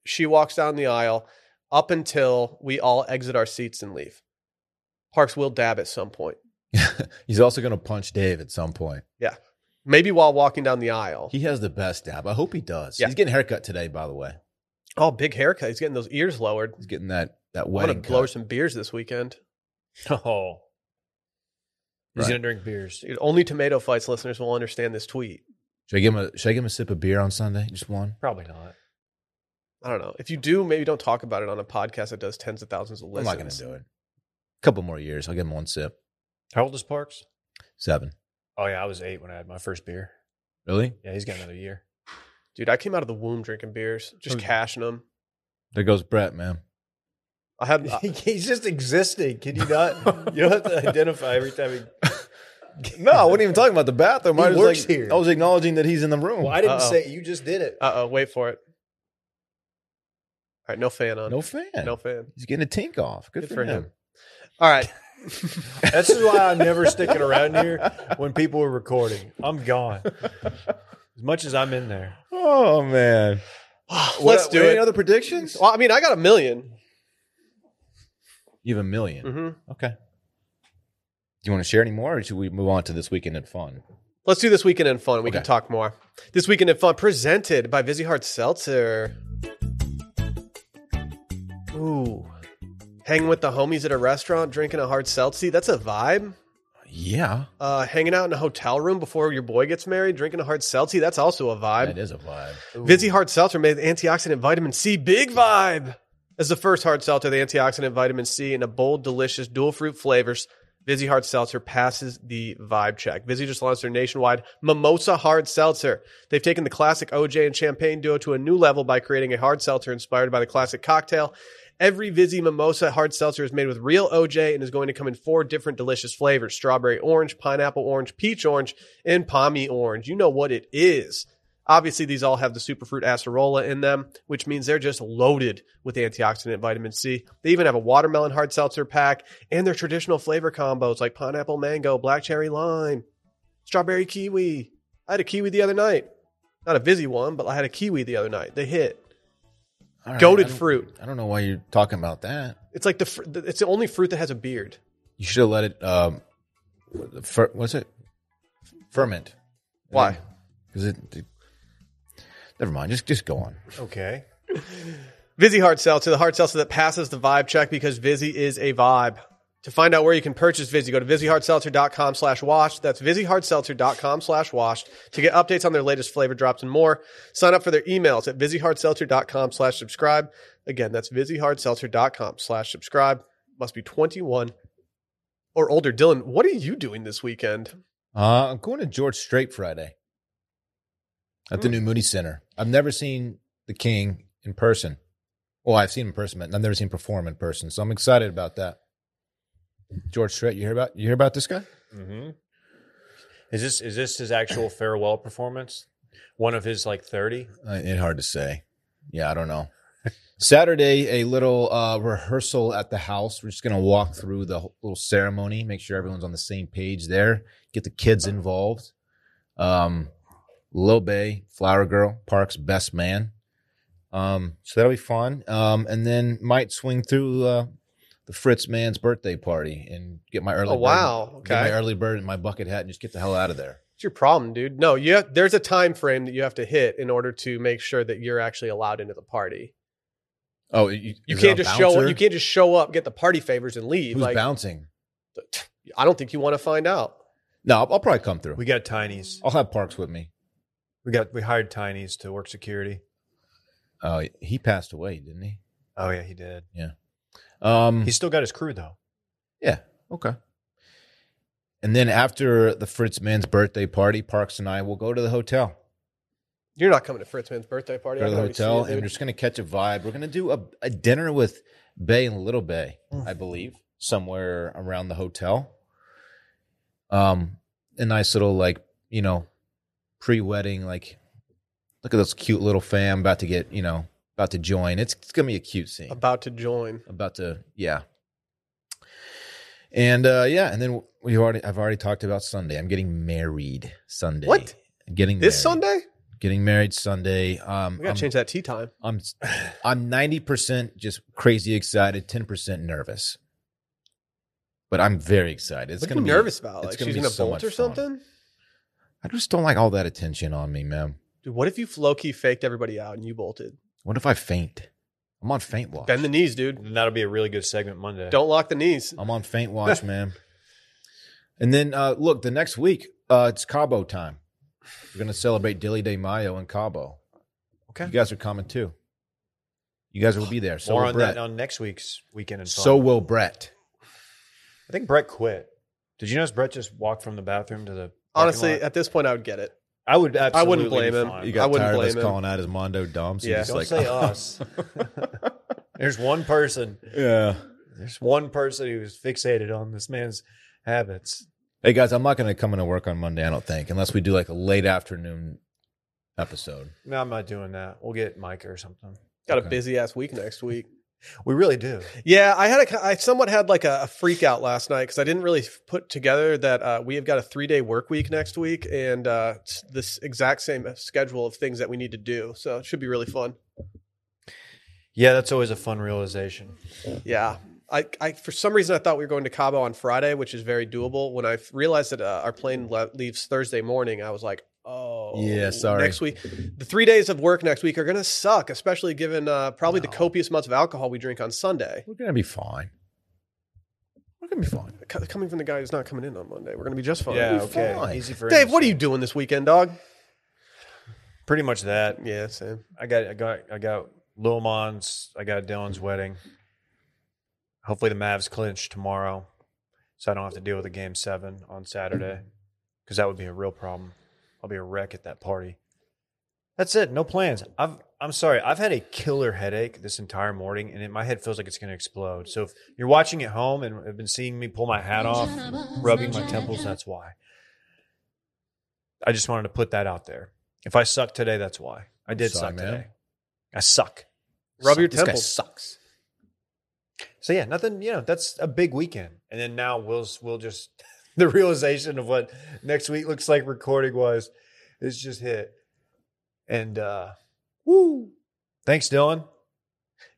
Speaker 1: she walks down the aisle up until we all exit our seats and leave. Parks will dab at some point,
Speaker 3: He's also going to punch Dave at some point.
Speaker 1: maybe while walking down the aisle.
Speaker 3: He has the best dab. I hope he does.
Speaker 1: Yeah.
Speaker 3: He's getting a haircut today, by the way.
Speaker 1: oh, big haircut! He's getting those ears lowered.
Speaker 3: He's getting that that
Speaker 1: I'm
Speaker 3: wedding
Speaker 1: going to blow her
Speaker 3: cut.
Speaker 1: some beers this weekend.
Speaker 2: <laughs> Oh. He's
Speaker 3: Right.
Speaker 2: gonna drink beers.
Speaker 1: Dude, only tomato fights listeners will understand this tweet.
Speaker 3: Should I give him a Should I give him a sip of beer on Sunday? Just one.
Speaker 2: Probably not.
Speaker 1: I don't know. If you do, maybe don't talk about it on a podcast that does tens of thousands of listens.
Speaker 3: I'm not going to do it. couple more years. I'll give him one sip.
Speaker 2: How old is Parks?
Speaker 3: Seven.
Speaker 2: Oh yeah, I was eight when I had my first beer.
Speaker 3: Really?
Speaker 2: Yeah, he's got
Speaker 1: <laughs>
Speaker 2: another year.
Speaker 3: Oh,
Speaker 1: Dude, I came out of the womb drinking beers, just
Speaker 3: Okay.
Speaker 1: cashing them.
Speaker 3: There goes Brett, man.
Speaker 1: I had
Speaker 2: Uh,
Speaker 1: I-
Speaker 2: <laughs> He's just existing. Can you <laughs> not? You don't have to identify every time. He,
Speaker 3: <laughs> No, I wasn't even talking about the bathroom.
Speaker 2: He
Speaker 3: I was
Speaker 2: works
Speaker 3: like,
Speaker 2: here.
Speaker 3: I was acknowledging that he's in the room.
Speaker 2: well, I didn't
Speaker 1: Uh-oh.
Speaker 2: say you just did it.
Speaker 1: uh oh, wait for it. All right, no fan on.
Speaker 3: <laughs> no fan.
Speaker 1: No fan.
Speaker 3: <laughs> He's getting a tink off. Good,
Speaker 1: Good
Speaker 3: for,
Speaker 1: for
Speaker 3: him.
Speaker 1: him. All right.
Speaker 3: <sighs>
Speaker 2: That's just why I'm never sticking around here when people are recording. I'm <laughs> gone. As much as I'm in there,
Speaker 3: Oh man.
Speaker 1: Let's
Speaker 3: What-
Speaker 1: do
Speaker 3: any
Speaker 1: it.
Speaker 3: other predictions?
Speaker 1: Well, I mean, I got a 1000000
Speaker 3: You have a 1000000
Speaker 1: Mm-hmm.
Speaker 3: Okay. Do you want to share any more, or should we move on to this weekend in fun?
Speaker 1: Let's do this weekend in fun. We can
Speaker 3: Okay.
Speaker 1: talk more. This weekend in fun presented by Vizzy Heart Seltzer. Ooh, hanging with the homies at a restaurant, drinking a hard seltzer. That's a vibe.
Speaker 3: Yeah,
Speaker 1: Uh, hanging out in a hotel room before your boy gets married, drinking a hard seltzer. That's also a
Speaker 3: that
Speaker 1: vibe.
Speaker 3: is a vibe.
Speaker 1: Vizzy Hard Seltzer made with antioxidant vitamin C. Big vibe. As the first hard seltzer, the antioxidant vitamin C and a bold, delicious dual fruit flavors, Vizzy Hard Seltzer passes the vibe check. Vizzy just launched their nationwide Mimosa Hard Seltzer. They've taken the classic OJ and Champagne duo to a new level by creating a hard seltzer inspired by the classic cocktail. Every Vizzy Mimosa Hard Seltzer is made with real OJ and is going to come in four different delicious flavors strawberry orange, pineapple orange, peach orange, and pommy orange. You know what it is. Obviously, these all have the superfruit acerola in them, which means they're just loaded with antioxidant vitamin C. They even have a watermelon hard seltzer pack and their traditional flavor combos like pineapple mango, black cherry lime, strawberry kiwi. I had a kiwi the other night. Not a busy one, but I had a kiwi the other night. They hit.
Speaker 3: All right,
Speaker 1: Goated
Speaker 3: I don't-
Speaker 1: fruit.
Speaker 3: I don't know why you're talking about that.
Speaker 1: It's like the fr- it's the only fruit that has a beard.
Speaker 3: You should have let it. Um, fer- what's it? Ferment.
Speaker 1: Why?
Speaker 3: Because it, it- Never mind. Just just go on.
Speaker 2: okay.
Speaker 1: Vizzy Hard Seltzer, the hard seltzer that passes the vibe check because Vizzy is a vibe. To find out where you can purchase Vizzy, go to VizzyHardSeltzer.com slash wash. That's VizzyHardSeltzer.com slash wash to get updates on their latest flavor drops and more. Sign up for their emails at VizzyHardSeltzer.com slash subscribe. Again, that's VizzyHardSeltzer.com slash subscribe. Must be 21 or older. Dylan, what are you doing this weekend?
Speaker 3: Uh, I'm going to George Strait Friday at the new Moody Center. I've never seen the King in person. Well, I've seen him in person, but I've never seen him perform in person. So I'm excited about that. George Strait, you hear about you hear about this guy?
Speaker 2: hmm Is this is this his actual farewell performance? One of his like thirty.
Speaker 3: Uh, it's hard to say. Yeah, I don't know. Saturday, a little uh, rehearsal at the house. We're just going to walk through the whole- little ceremony, make sure everyone's on the same page there, get the kids involved. Um, Lil Bay, Flower Girl, Park's best man. Um, so that'll be fun. Um, and then might swing through uh, the Fritz man's birthday party and get my early
Speaker 1: oh,
Speaker 3: bird-
Speaker 1: wow.
Speaker 3: get my
Speaker 1: Okay.
Speaker 3: early bird and my bucket hat and just get the hell out of there.
Speaker 1: It's your problem, dude. No, you have, there's a time frame that you have to hit in order to make sure that you're actually allowed into the party.
Speaker 3: Oh, you,
Speaker 1: You
Speaker 3: is there
Speaker 1: can't
Speaker 3: a
Speaker 1: just show
Speaker 3: bouncer?
Speaker 1: up. You can't just show up, get the party favors, and leave.
Speaker 3: Who's
Speaker 1: like
Speaker 3: bouncing?
Speaker 1: I don't think you want to find out.
Speaker 3: No, I'll, I'll probably come through.
Speaker 2: We got tinies.
Speaker 3: I'll have Parks with me.
Speaker 2: We got we hired tinies to work security.
Speaker 3: Uh, he passed away, didn't he?
Speaker 2: Oh yeah, he did.
Speaker 1: Hmm.
Speaker 3: Um,
Speaker 2: He's still got his crew though.
Speaker 3: yeah, okay. And then after the Fritz man's birthday party, Parks and I will go to the hotel.
Speaker 1: You're not coming to Fritzman's birthday party.
Speaker 3: Go
Speaker 1: I
Speaker 3: to the
Speaker 1: can already see
Speaker 3: hotel,
Speaker 1: it,
Speaker 3: and we're
Speaker 1: dude.
Speaker 3: just gonna catch a vibe. We're gonna do a, a dinner with Bay and Little Bay, I believe, somewhere around the hotel. Um, a nice little like you know, pre-wedding like. Look at this cute little fam about to get you know about to join. It's, it's gonna be a cute scene.
Speaker 1: about to join.
Speaker 3: about to yeah and uh yeah and then we already i've already talked about sunday i'm getting married sunday
Speaker 1: What?
Speaker 3: getting
Speaker 1: This
Speaker 3: married.
Speaker 1: Sunday,
Speaker 3: getting married sunday um
Speaker 1: we gotta
Speaker 3: I'm,
Speaker 1: change that tea time.
Speaker 3: I'm i'm 90% just crazy excited 10% nervous but i'm very excited it's
Speaker 1: what are
Speaker 3: gonna
Speaker 1: you
Speaker 3: be
Speaker 1: nervous about?
Speaker 3: it's
Speaker 1: Like
Speaker 3: gonna
Speaker 1: she's
Speaker 3: be
Speaker 1: gonna
Speaker 3: so
Speaker 1: bolt
Speaker 3: much
Speaker 1: or
Speaker 3: fun.
Speaker 1: something?
Speaker 3: i just don't like all that attention on me man
Speaker 1: Dude, what if you low key faked everybody out and you bolted?
Speaker 3: what if i faint i'm on faint watch
Speaker 1: Bend the knees, dude.
Speaker 2: And that'll be a really good segment Monday.
Speaker 1: Don't lock the knees.
Speaker 3: i'm on faint watch man and then uh look the next week uh it's cabo time we're gonna celebrate dilly de mayo in cabo
Speaker 1: Okay.
Speaker 3: You guys are coming too. You guys will be there. So
Speaker 2: More
Speaker 3: will
Speaker 2: on
Speaker 3: Brett.
Speaker 2: that on next week's weekend. And
Speaker 3: so
Speaker 2: Fun.
Speaker 3: will Brett.
Speaker 2: I think Brett quit. Did you notice Brett just walked from the bathroom to the parking
Speaker 1: Honestly,
Speaker 2: lot?
Speaker 1: at this point, I would get it.
Speaker 2: I would. Absolutely
Speaker 1: wouldn't blame
Speaker 2: be
Speaker 1: him.
Speaker 2: fine.
Speaker 3: You
Speaker 1: I
Speaker 3: got
Speaker 1: wouldn't
Speaker 3: tired of us
Speaker 1: blame him. <laughs>
Speaker 3: calling out his mondo dumps.
Speaker 1: Yeah.
Speaker 3: Yeah. Just
Speaker 2: Don't
Speaker 3: like,
Speaker 2: say us. There's one person.
Speaker 3: Yeah.
Speaker 2: There's one person who's fixated on this man's habits.
Speaker 3: Hey guys, I'm not going to come into work on Monday. I don't think, unless we do like a late afternoon episode.
Speaker 2: No, I'm not doing that. We'll get Mike or something.
Speaker 1: Got
Speaker 3: Okay.
Speaker 1: a busy ass week next week.
Speaker 2: We really do.
Speaker 1: Yeah, I had a, I somewhat had like a, a freak out last night because I didn't really f- put together that uh, we have got a three day work week next week and uh, s- this exact same uh, schedule of things that we need to do. So it should be really fun.
Speaker 2: Yeah, that's always a fun realization.
Speaker 1: Yeah. I, I for some reason I thought we were going to Cabo on Friday, which is very doable. When I f- realized that uh, our plane le- leaves Thursday morning, I was like, "Oh,
Speaker 3: Yeah, sorry.
Speaker 1: Next week, the three days of work next week are going to suck, especially given uh, probably the
Speaker 3: No.
Speaker 1: copious amounts of alcohol we drink on Sunday.
Speaker 3: We're going to be fine. We're going to be fine.
Speaker 1: Co- coming from the guy who's not coming in on Monday, we're going to be just fine.
Speaker 3: We'll be fine.
Speaker 2: Easy for
Speaker 1: Dave, what are you
Speaker 2: him to
Speaker 1: doing this weekend, dog?
Speaker 2: say. Pretty much that.
Speaker 1: Yeah, same.
Speaker 2: I got, I got, I got Lil Mon's. I got Dylan's wedding. Hopefully the Mavs clinch tomorrow, so I don't have to deal with a game seven on Saturday, because that would be a real problem. I'll be a wreck at that party. That's it. No plans. I've, I'm sorry. I've had a killer headache this entire morning, and it, my head feels like it's going to explode. So if you're watching at home and have been seeing me pull my hat off, rubbing my temples, that's why. I just wanted to put that out there. If I suck today, that's why. I did
Speaker 3: Sorry,
Speaker 2: suck
Speaker 3: man.
Speaker 2: today. I suck.
Speaker 1: Rub your
Speaker 3: This guy
Speaker 1: temples.
Speaker 3: sucks.
Speaker 2: So yeah, nothing. You know, that's a big weekend, and then now we'll we'll just <laughs> the realization of what next week looks like recording wise is just hit. And uh woo! Thanks, Dylan.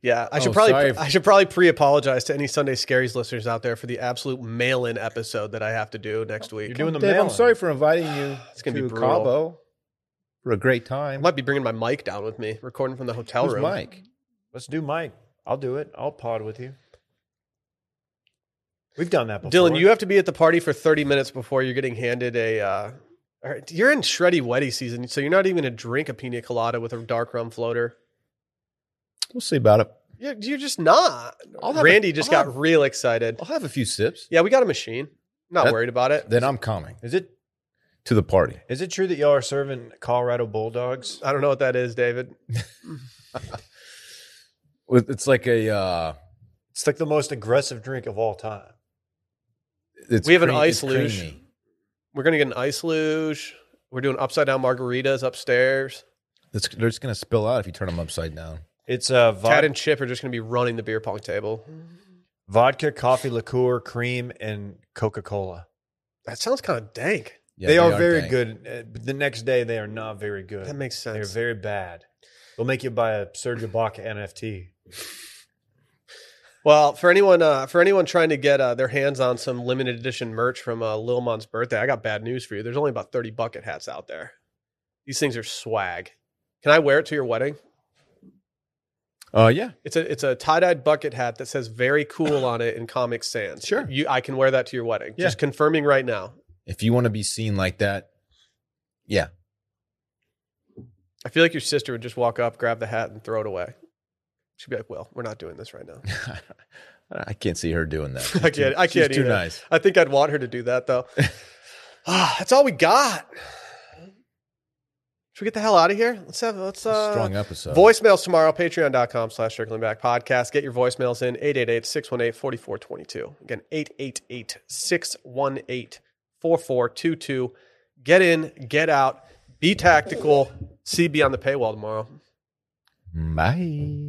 Speaker 1: Yeah, I should
Speaker 3: Oh,
Speaker 1: probably
Speaker 3: sorry.
Speaker 1: I should probably pre-apologize to any Sunday Scaries listeners out there for the absolute mail-in episode that I have to do next week.
Speaker 2: You're doing the
Speaker 3: Dave,
Speaker 2: mail.
Speaker 3: I'm sorry for inviting you
Speaker 1: It's
Speaker 3: to
Speaker 1: gonna be brutal.
Speaker 3: Cabo for a great
Speaker 1: I
Speaker 3: time.
Speaker 1: might be bringing my mic down with me, recording from the hotel
Speaker 3: Who's
Speaker 1: room.
Speaker 3: Mike?
Speaker 2: Let's do Mike. I'll do it. I'll pod with you. We've done that before.
Speaker 1: Dylan, you have to be at the party for 30 minutes before you're getting handed a. Uh, all right, you're in shreddy weddy season, so you're not even gonna drink a pina colada with a dark rum floater.
Speaker 3: We'll see about it.
Speaker 1: You're, you're just not.
Speaker 3: I'll have
Speaker 1: Randy
Speaker 3: a-
Speaker 1: just
Speaker 3: I'll
Speaker 1: got
Speaker 3: have-
Speaker 1: real excited.
Speaker 3: I'll have a few sips.
Speaker 1: Yeah, we got a machine. Not
Speaker 3: That-
Speaker 1: worried about it.
Speaker 3: Then I'm coming
Speaker 2: Is it
Speaker 3: to the party.
Speaker 2: is it true that y'all are serving Colorado Bulldogs?
Speaker 1: I don't know what that is, David.
Speaker 3: With- It's like a. Uh,
Speaker 2: It's like the most aggressive drink of all time.
Speaker 3: it's
Speaker 1: We have an
Speaker 3: cre-
Speaker 1: ice
Speaker 3: it's
Speaker 1: luge.
Speaker 3: creamy.
Speaker 1: We're gonna get an ice luge. We're doing upside down margaritas upstairs.
Speaker 3: It's, they're just going to spill out if you turn them upside down.
Speaker 2: It's uh, a
Speaker 1: Tad
Speaker 2: vodka,
Speaker 1: and Chip are just gonna be running the beer pong table.
Speaker 2: vodka, coffee liqueur, cream, and Coca Cola.
Speaker 1: That sounds kind of dank.
Speaker 3: Yeah,
Speaker 2: they, are, very
Speaker 3: dank.
Speaker 2: good. uh, but the next day, they are not very good.
Speaker 1: That makes sense.
Speaker 2: They're very bad. They'll make you buy a Serge Ibaka NFT.
Speaker 1: Well, for anyone uh, for anyone trying to get uh, their hands on some limited edition merch from uh, Lil Mon's birthday, I got bad news for you. There's only about 30 bucket hats out there. These things are swag. Can I wear it to your wedding?
Speaker 3: Uh, yeah.
Speaker 1: It's a it's a tie dyed bucket hat that says "very cool" on it in Comic Sans.
Speaker 3: Sure.
Speaker 1: you I can wear that to your wedding.
Speaker 3: Yeah.
Speaker 1: Just confirming right now.
Speaker 3: If you want to be seen like that, yeah. <laughs>
Speaker 1: I feel like your sister would just walk up, grab the hat, and throw it away. She'd be like, "Well, we're not doing this right now."
Speaker 3: I can't see her doing that.
Speaker 1: <laughs> I can't. I can't.
Speaker 3: She's too
Speaker 1: either.
Speaker 3: nice.
Speaker 1: I think I'd want her to do that though. Ah, that's all we got. Should we get the hell out of here? Let's have let's uh
Speaker 3: Strong episode.
Speaker 1: voicemails tomorrow, patreon.com slash circling back podcast. Get your voicemails in 888-618-4422. Again, 888-618-4422. Get in, get out, be tactical, see beyond the paywall tomorrow.
Speaker 3: Bye.